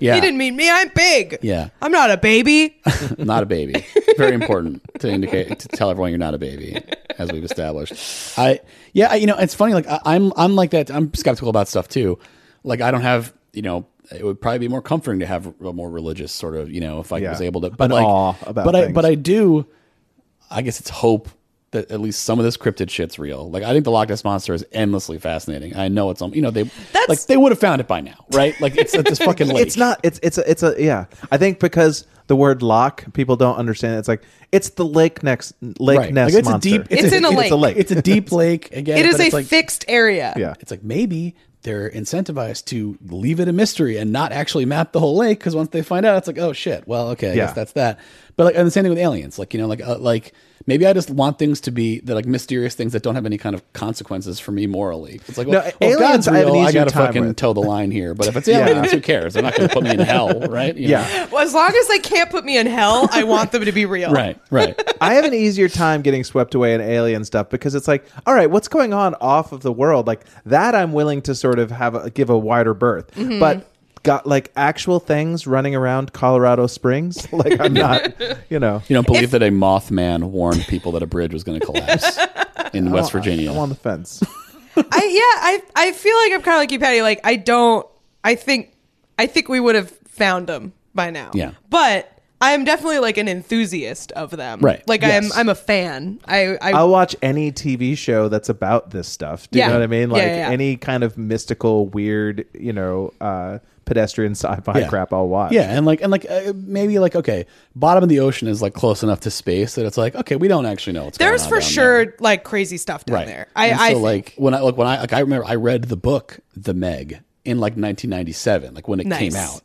yeah, He didn't mean me. I'm big. Yeah. I'm not a baby. [laughs] not a baby. Very important to indicate to tell everyone you're not a baby, as we've established. I yeah, I, you know, it's funny. Like I, I'm I'm like that. I'm skeptical about stuff too. Like I don't have you know. It would probably be more comforting to have a more religious sort of you know if I Yeah. was able to. An But like, awe about but I things. but I do. I guess it's hope that at least some of this cryptid shit's real. Like I think the Loch Ness monster is endlessly fascinating. I know it's on. You know they That's- like they would have found it by now, right? Like it's at this fucking lake. It's not. It's it's a, it's a yeah. I think because the word lock, people don't understand. It's like it's the lake next lake right. nest Like, it's monster. a deep. It's in a It's a [laughs] lake. It's a deep lake. Again, it is but a it's like, fixed area. yeah. It's like maybe they're incentivized to leave it a mystery and not actually map the whole lake because once they find out, it's like, oh shit. Well, okay, I Yeah. guess that's that. But like, and the same thing with aliens. Like you know, like uh, like maybe I just want things to be that like mysterious things that don't have any kind of consequences for me morally. It's like, well, No, well, if aliens God's I have an real. I, easier gotta time fucking with. toe the line here. But if it's [laughs] Yeah. aliens, who cares? They're not gonna put me in hell, right? You Yeah. know? Well, as long as they can't put me in hell, I want them to be real. Right. Right. I have an easier time getting swept away in alien stuff because it's like, all right, what's going on off of the world? Like that, I'm willing to sort of have a, give a wider berth, but got like actual things running around Colorado Springs. [laughs] Like I'm not, you know, You don't believe that a Mothman warned people that a bridge was going to [laughs] collapse in West Virginia. I'm on the fence. [laughs] I yeah, I I feel like I'm kind of like you, Patty. Like I don't. I think I think we would have found them by now. Yeah. But I am definitely like an enthusiast of them. Right. Like I am. Yes. I'm a fan. I I I'll watch any TV show that's about this stuff. Do you Yeah. know what I mean? Yeah, Like yeah, yeah. any kind of mystical, weird, you know, uh, pedestrian [laughs] sci-fi Yeah. crap. I'll watch. Yeah, and like and like uh, maybe like okay, bottom of the ocean is like close enough to space that it's like okay, we don't actually know what's there's going on for down sure there. like crazy stuff down right there. I And I so think- like when I like when I like I remember I read the book The Meg in like 1997, like when it Nice. came out,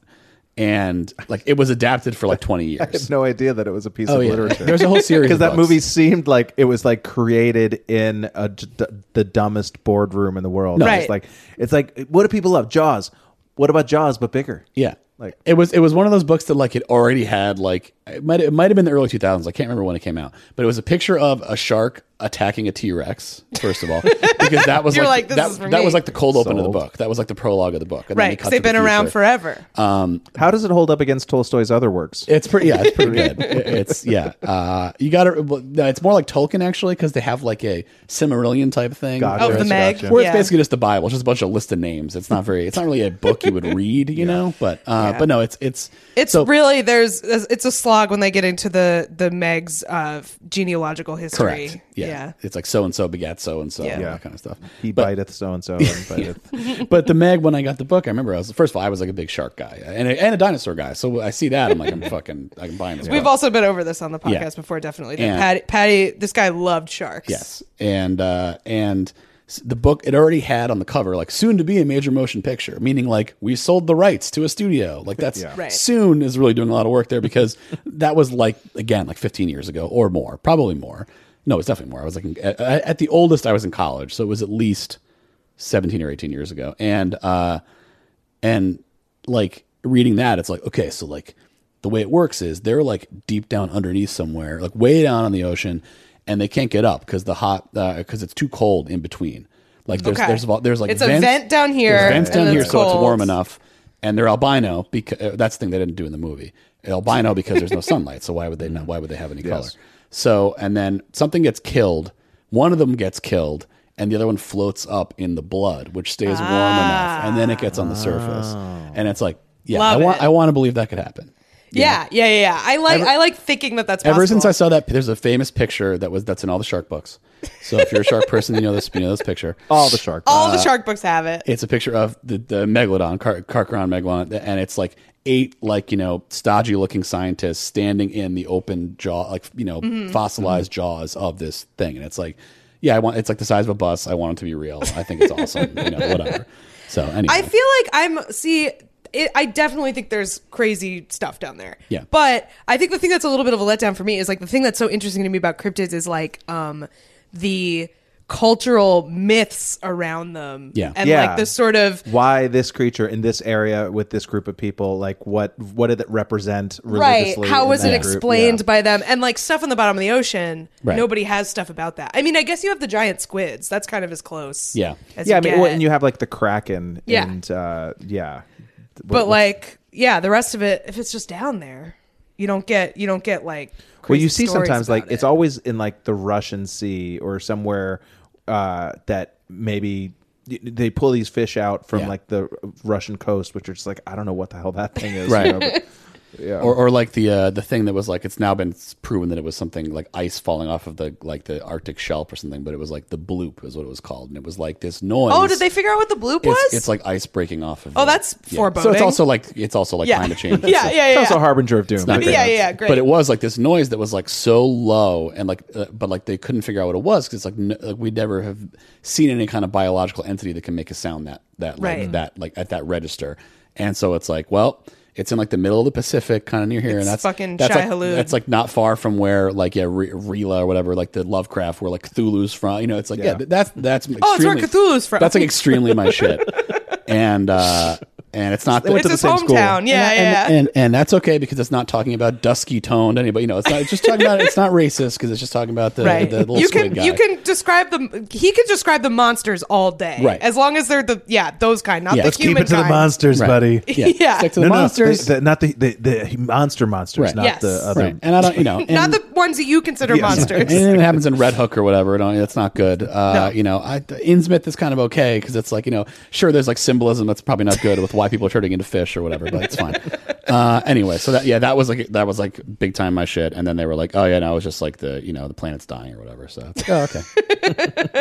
and like it was adapted for like 20 [laughs] years. I had no idea that it was a piece oh of yeah, [laughs] literature. there's a whole series because of that books. movie seemed like it was like created in a d- d- the dumbest boardroom in the world. Right. It's like it's like what do people love? Jaws. What about Jaws but bigger? Yeah. Like- Like it was it was one of those books that like it already had like it might it might have been the early 2000s. I can't remember when it came out, but it was a picture of a shark attacking a T Rex, first [laughs] of all, because that was You're like, like, this that, is for that was me. like the cold open of the Sold. book. That was like the prologue of the book. And then they right? cut Because they've to the been around future. Uh, forever. How does it hold up against Tolstoy's other works? It's pretty, yeah, it's pretty [laughs] good. It- It's yeah, uh, you got to. No, it's more like Tolkien actually because they have like a Cimmerillion type thing. Gotcha. Of where Oh, the it's- Meg, where yeah. it's basically just the Bible, it's just a bunch of list of names. It's not very, it's not really a book you would read, [laughs] you know. But uh, but no, it's it's It's so- really there's it's a slog when they get into the the Meg's of genealogical history. correct. Yeah. it's like so and so begat so and so, Yeah. that kind of stuff. He But- biteth so and [laughs] so and biteth. but the Meg, when I got the book, I remember I was first of all I was like a big shark guy and a, and a dinosaur guy. So I see that I'm like I'm [laughs] fucking I'm buying this. We've book. also been over this on the podcast Yeah. before, definitely. And- That Patty, Patty, this guy loved sharks. yes, and uh, and s- the book it already had on the cover like soon to be a major motion picture, meaning like we sold the rights to a studio. Like that's Right. soon is really doing a lot of work there because [laughs] that was like again like 15 years ago or more, probably more. No, it's definitely more. I was like in- at, at the oldest I was in college, so it was at least 17 or 18 years ago, and uh, and like reading that it's like okay so like the way it works is they're like deep down underneath somewhere like way down on the ocean and they can't get up because the hot because it's too cold in between like there's Okay. there's there's, there's like It's a vent down here, there's vents and down it's here so it's cold. warm enough and they're albino because that's the thing they didn't do in the movie albino because [laughs] there's no sunlight so why would they not Mm. why would they have any color so and then something gets killed one of them gets killed and the other one floats up in the blood which stays warm enough and then it gets on the surface and it's like yeah Love i want it. i want to believe that could happen Yeah, yeah, yeah. yeah. I like I like thinking that that's Ever possible. since I saw that, there's a famous picture that was that's in all the shark books. So if you're a shark person, you know this. You know this picture. All the shark. all uh, the shark books have it. it's a picture of the, the megalodon, Car- Carcharodon megalodon, and it's like eight, like, you know, stodgy looking scientists standing in the open jaw, like, you know, Mm-hmm. fossilized jaws of this thing. And it's like, yeah, I want, it's like the size of a bus. I want it to be real. I think it's awesome, you know, whatever. So, anyway. I feel like I'm see. It, I definitely think there's crazy stuff down there. Yeah. But I think the thing that's a little bit of a letdown for me is like the thing that's so interesting to me about cryptids is like um the cultural myths around them. Yeah. And Yeah. like the sort of Why this creature in this area with this group of people? Like what? What did it represent right religiously? how in was it that group? explained Yeah. by them and like stuff in the bottom of the ocean Right. nobody has stuff about that i mean i guess you have the giant squids that's kind of as close Yeah. as yeah, I you mean, well, get. and you have like the kraken. Yeah. and uh, yeah. but like yeah the rest of it if it's just down there you don't get you don't get like well crazy you see stories sometimes like about it's it. always in like the russian sea or somewhere uh that maybe y- they pull these fish out from Yeah. like the russian coast which are just like i don't know what the hell that thing is you Right. [laughs] know, but- or, or like the uh, the thing that was like it's now been proven that it was something like ice falling off of the like the Arctic shelf or something, but it was like the bloop is what it was called, and it was like this noise. oh did they figure out what the bloop was It's, it's like ice breaking off of. Oh, the- that's So it's foreboding. also like it's also like yeah. [laughs] climate change. yeah yeah So- yeah it's yeah. also a harbinger of doom not but- great. Yeah, yeah, yeah, great. But it was like this noise that was like so low and like, uh, but like they couldn't figure out what it was because like, n- like we never have seen any kind of biological entity that can make a sound that that like Right. that like at that register. And so it's like, well, it's in like the middle of the Pacific, kind of near here, and that's fucking that's like, Shai-Hulud. that's like not far from where like yeah, Re- Rela or whatever, like the Lovecraft, where like Cthulhu's from. You know, it's like yeah, Yeah. th- that's that's Oh, where Cthulhu's from. That's like extremely my shit, and uh and it's not. went it's to the his same school. And- hometown yeah yeah [laughs] and, and and that's okay because it's not talking about dusky toned anybody. You know, it's not it's just talking about it's not racist because it's just talking about the, Right. the little you squid can guy. you can describe them. He can describe the monsters all day, Right. As long as they're the yeah those kind, not Yeah. the Let's human kind. Right. Yeah, [laughs] Yeah. stick to the no, monsters. no, the, the, not the, the the monster monsters Right. not Yes. the other right, and I don't, you know, and, not the ones that you consider monsters. anything that happens in Red Hook or whatever, I don't, that's not good. Uh, You know, I, Innsmouth is kind of okay because it's like you know, sure, there's like symbolism that's probably not good with why people are turning into fish or whatever, but it's fine. [laughs] Uh, anyway, so that yeah, that was like that was like big time my shit, and then they were like, oh yeah, no, it was just like the you know the planet's dying or whatever. So it's like, oh okay, I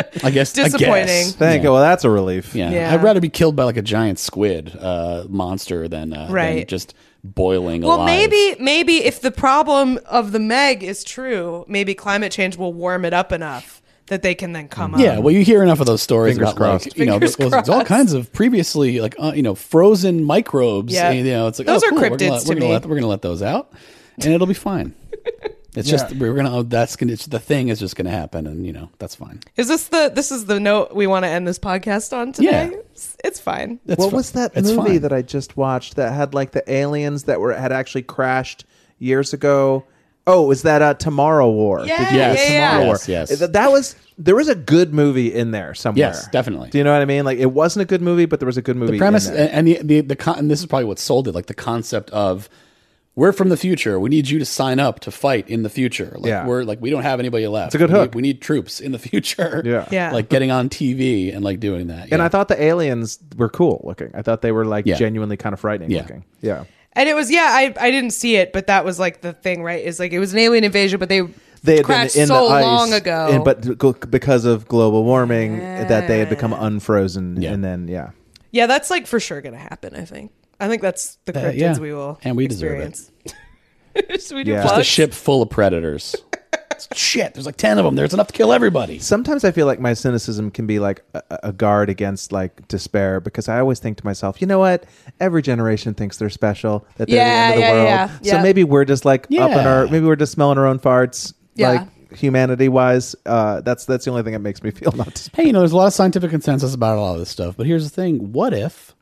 guess I guess. Disappointing. thank you well that's a relief Yeah. Yeah. I'd rather be killed by like a giant squid uh, monster than, uh, than Right. just boiling Well, alive. maybe maybe if the problem of the Meg is true, maybe climate change will warm it up enough that they can then come Yeah, up. well, you hear enough of those stories Fingers about like crossed. you know Fingers th- there's all crossed. kinds of previously like uh, you know frozen microbes. Yeah. and, you know, it's like Those oh, are cool, We're cryptids gonna, let- to we're gonna me. let, we're gonna let those out, and it'll be [laughs] fine. It's just we're gonna oh, that's gonna it's, the thing is just gonna happen, and you know that's fine. Is this the this is the note we want to end this podcast on today? Yeah. It's, it's fine. That's what fi- was that it's movie fine. that I just watched that had like the aliens that were had actually crashed years ago Oh, is that uh, Tomorrow War? Yeah, Did you- Yes. Tomorrow yeah, yeah. War. Yes, yes. Th- That was there was a good movie in there somewhere. Yes, definitely. Do you know what I mean? Like it wasn't a good movie, but there was a good movie. the premise uh, in there. and and the, the, the con- and this is probably what sold it like the concept of we're from the future we need you to sign up to fight in the future like Yeah. we're like we don't have anybody left it's a good we hook. need, we need troops in the [laughs] future Yeah. Yeah. like getting on tv and like doing that And yeah. I thought the aliens were cool looking. I thought they were like Yeah. genuinely kind of frightening Yeah. looking. Yeah. And it was yeah, I I didn't see it, but that was like the thing, right? Is like it was an alien invasion, but they They had crashed been in so the ice long ago. and- but g- because of global warming, that they had become unfrozen, Yeah. and then yeah, yeah, that's like for sure gonna happen. I think. I think that's the cryptids yeah. we will And we deserve it. experience. [laughs] Should we do yeah. Yeah. Just a ship full of [laughs] predators It's- shit there's like 10 of them there's enough to kill everybody sometimes I feel like my cynicism can be like a, a guard against like despair because I always think to myself, you know what? Every generation thinks they're special, that they're Yeah, the end of the yeah, world. yeah, So yeah. maybe we're just like up in Yeah. our, maybe we're just smelling our own farts, Yeah. like humanity wise. Uh, that's that's the only thing that makes me feel [laughs] not. Despair. hey you know there's a lot of scientific consensus about a lot of this stuff but here's the thing what if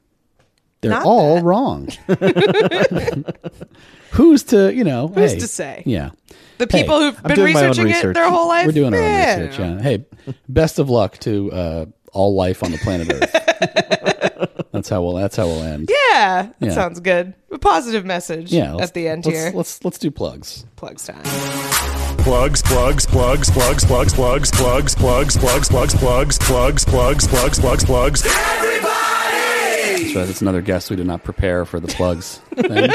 they're Not all [laughs] wrong [laughs] who's to you know Who's hey, to say? yeah The Hey, people who've been doing my own researching it research. their whole life. We're doing our eh, own research. Yeah. Hey, best of luck to uh, all life on the planet Earth. [laughs] that's how we'll. That's how we'll end. Yeah, that Yeah. sounds good. A positive message Yeah. let's- at the end let's, here. Let's let's do plugs. Plugs time. Plugs, plugs, plugs, plugs, plugs, plugs, plugs, plugs, plugs, plugs, plugs, plugs, plugs, plugs, plugs, plugs. That's right. That's another guest we did not prepare for the [laughs] plugs. thing.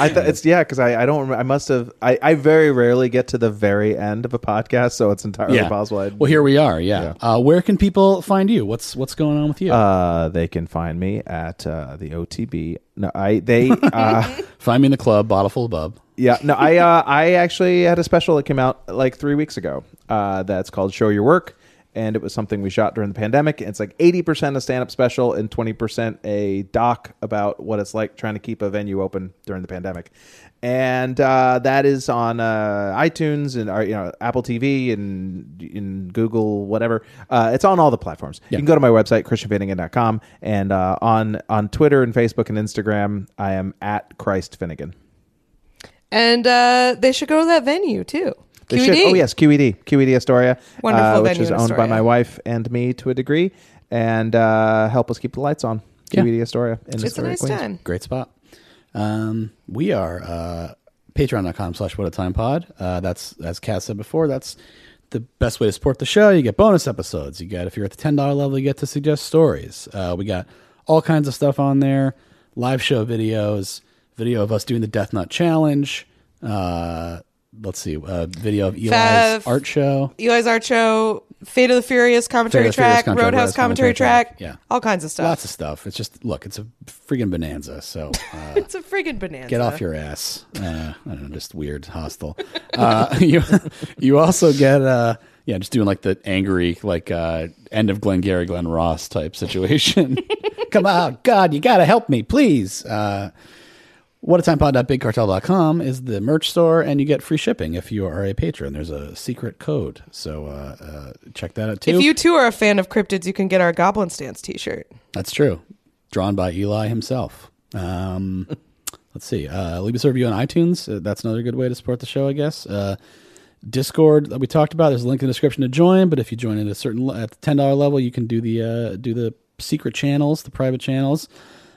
I th- it's yeah, because I, I don't remember. I must have. I, I very rarely get to the very end of a podcast, so it's entirely possible. I'd, Well, here we are. Yeah. Uh, where can people find you? What's what's going on with you? uh, they can find me at uh, the OTB. No, I they. Uh, find me in the club, bottle full of bub. Yeah, no, I uh, I actually had a special that came out like three weeks ago. Uh, that's called "Show Your Work," and it was something we shot during the pandemic. It's like eighty percent a stand-up special and twenty percent a doc about what it's like trying to keep a venue open during the pandemic. And uh, that is on uh, iTunes and uh, you know Apple TV and in Google whatever. Uh, it's on all the platforms. You can go to my website christianfinnegan.com and uh, on on Twitter and Facebook and Instagram. I am at Christ Finnegan. And uh, they should go to that venue too. They QED. should. Oh yes, QED, QED Astoria, E Wonderful uh, which venue is in owned by Astoria. my wife and me to a degree, and uh, help us keep the lights on. Yeah. QED Astoria. In It's a Astoria, nice Queens. time. Great spot. Um, we are uh, patreon.com slash what a time pod. Uh, that's, as Cass said before, that's the best way to support the show. You get bonus episodes. You get, if you're at the $10 level, you get to suggest stories. Uh, we got all kinds of stuff on there live show videos, video of us doing the Death Nut Challenge. Uh, let's see, uh, video of Eli's Fav- art show. Eli's Art Show, Fate of the Furious commentary Fate of the Furious track, commentary, Roadhouse Roadhouse commentary commentary track, track, yeah. all kinds of stuff. Lots of stuff. It's just, look, it's a freaking bonanza. So, uh, [laughs] it's a friggin' bonanza. get off your ass. Uh, I don't know, just weird, hostile. Uh, [laughs] you you also get uh, yeah, just doing like the angry like uh, end of Glengarry Glen Ross type [laughs] situation. Come on, God, you gotta help me, please. Uh, whatatimepod.bigcartel.com is the merch store, and you get free shipping if you are a patron. There's a secret code, so uh, uh, check that out too. If you too are a fan of cryptids, you can get our Goblin Stance T-shirt. That's true. Drawn by Eli himself. Um, [laughs] let's see. Uh, leave us a review on iTunes. Uh, that's another good way to support the show, I guess. Uh, Discord that we talked about. There's a link in the description to join. But if you join at a certain le- at the ten dollar level, you can do the uh, do the secret channels, the private channels.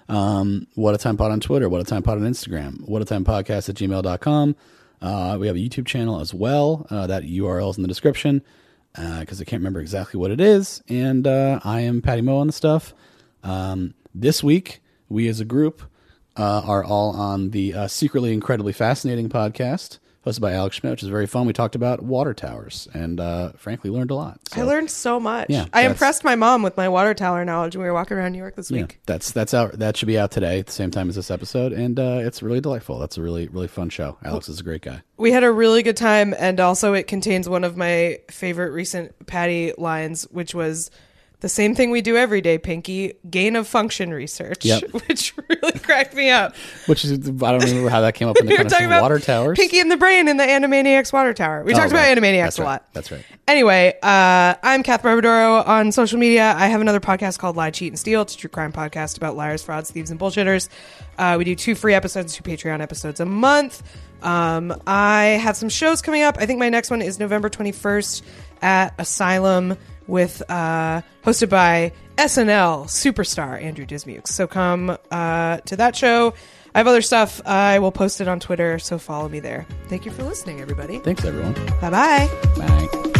Um, what a time pod on Twitter. What a time pod on Instagram. What a time podcast at gmail.com. Uh, we have a YouTube channel as well. Uh, that URL is in the description because I can't remember exactly what it is. And uh, I am Patty Mo on the stuff. Um, this week, we as a group uh, are all on the uh, secretly incredibly fascinating podcast hosted by Alex Schmidt, which is very fun. We talked about water towers and uh, frankly learned a lot. So, I learned so much. Yeah, I that's- impressed my mom with my water tower knowledge when we were walking around New York this yeah, week. that's that's out. That should be out today at the same time as this episode, and uh, it's really delightful. That's a really really fun show. Alex is a great guy. We had a really good time, and also it contains one of my favorite recent Patty lines, which was The same thing we do every day, Pinky. Gain of function research, Yep. [laughs] which really cracked me up. Which is, I don't remember how that came [laughs] up in the we were kind talking about water towers. Pinky and the Brain in the Animaniacs water tower. We Oh, talked right. about Animaniacs That's a right. lot. That's right. Anyway, uh, I'm Kath Barbadoro on social media. I have another podcast called Lie, Cheat, and Steal. It's a true crime podcast about liars, frauds, thieves, and bullshitters. Uh, we do two free episodes, two Patreon episodes a month. Um, I have some shows coming up. I think my next one is November 21st at Asylum with uh, hosted by SNL superstar Andrew Dismuke. So come uh, to that show. I have other stuff. I will post it on Twitter, so follow me there. Thank you for listening, everybody. Thanks, everyone. Bye bye. Bye.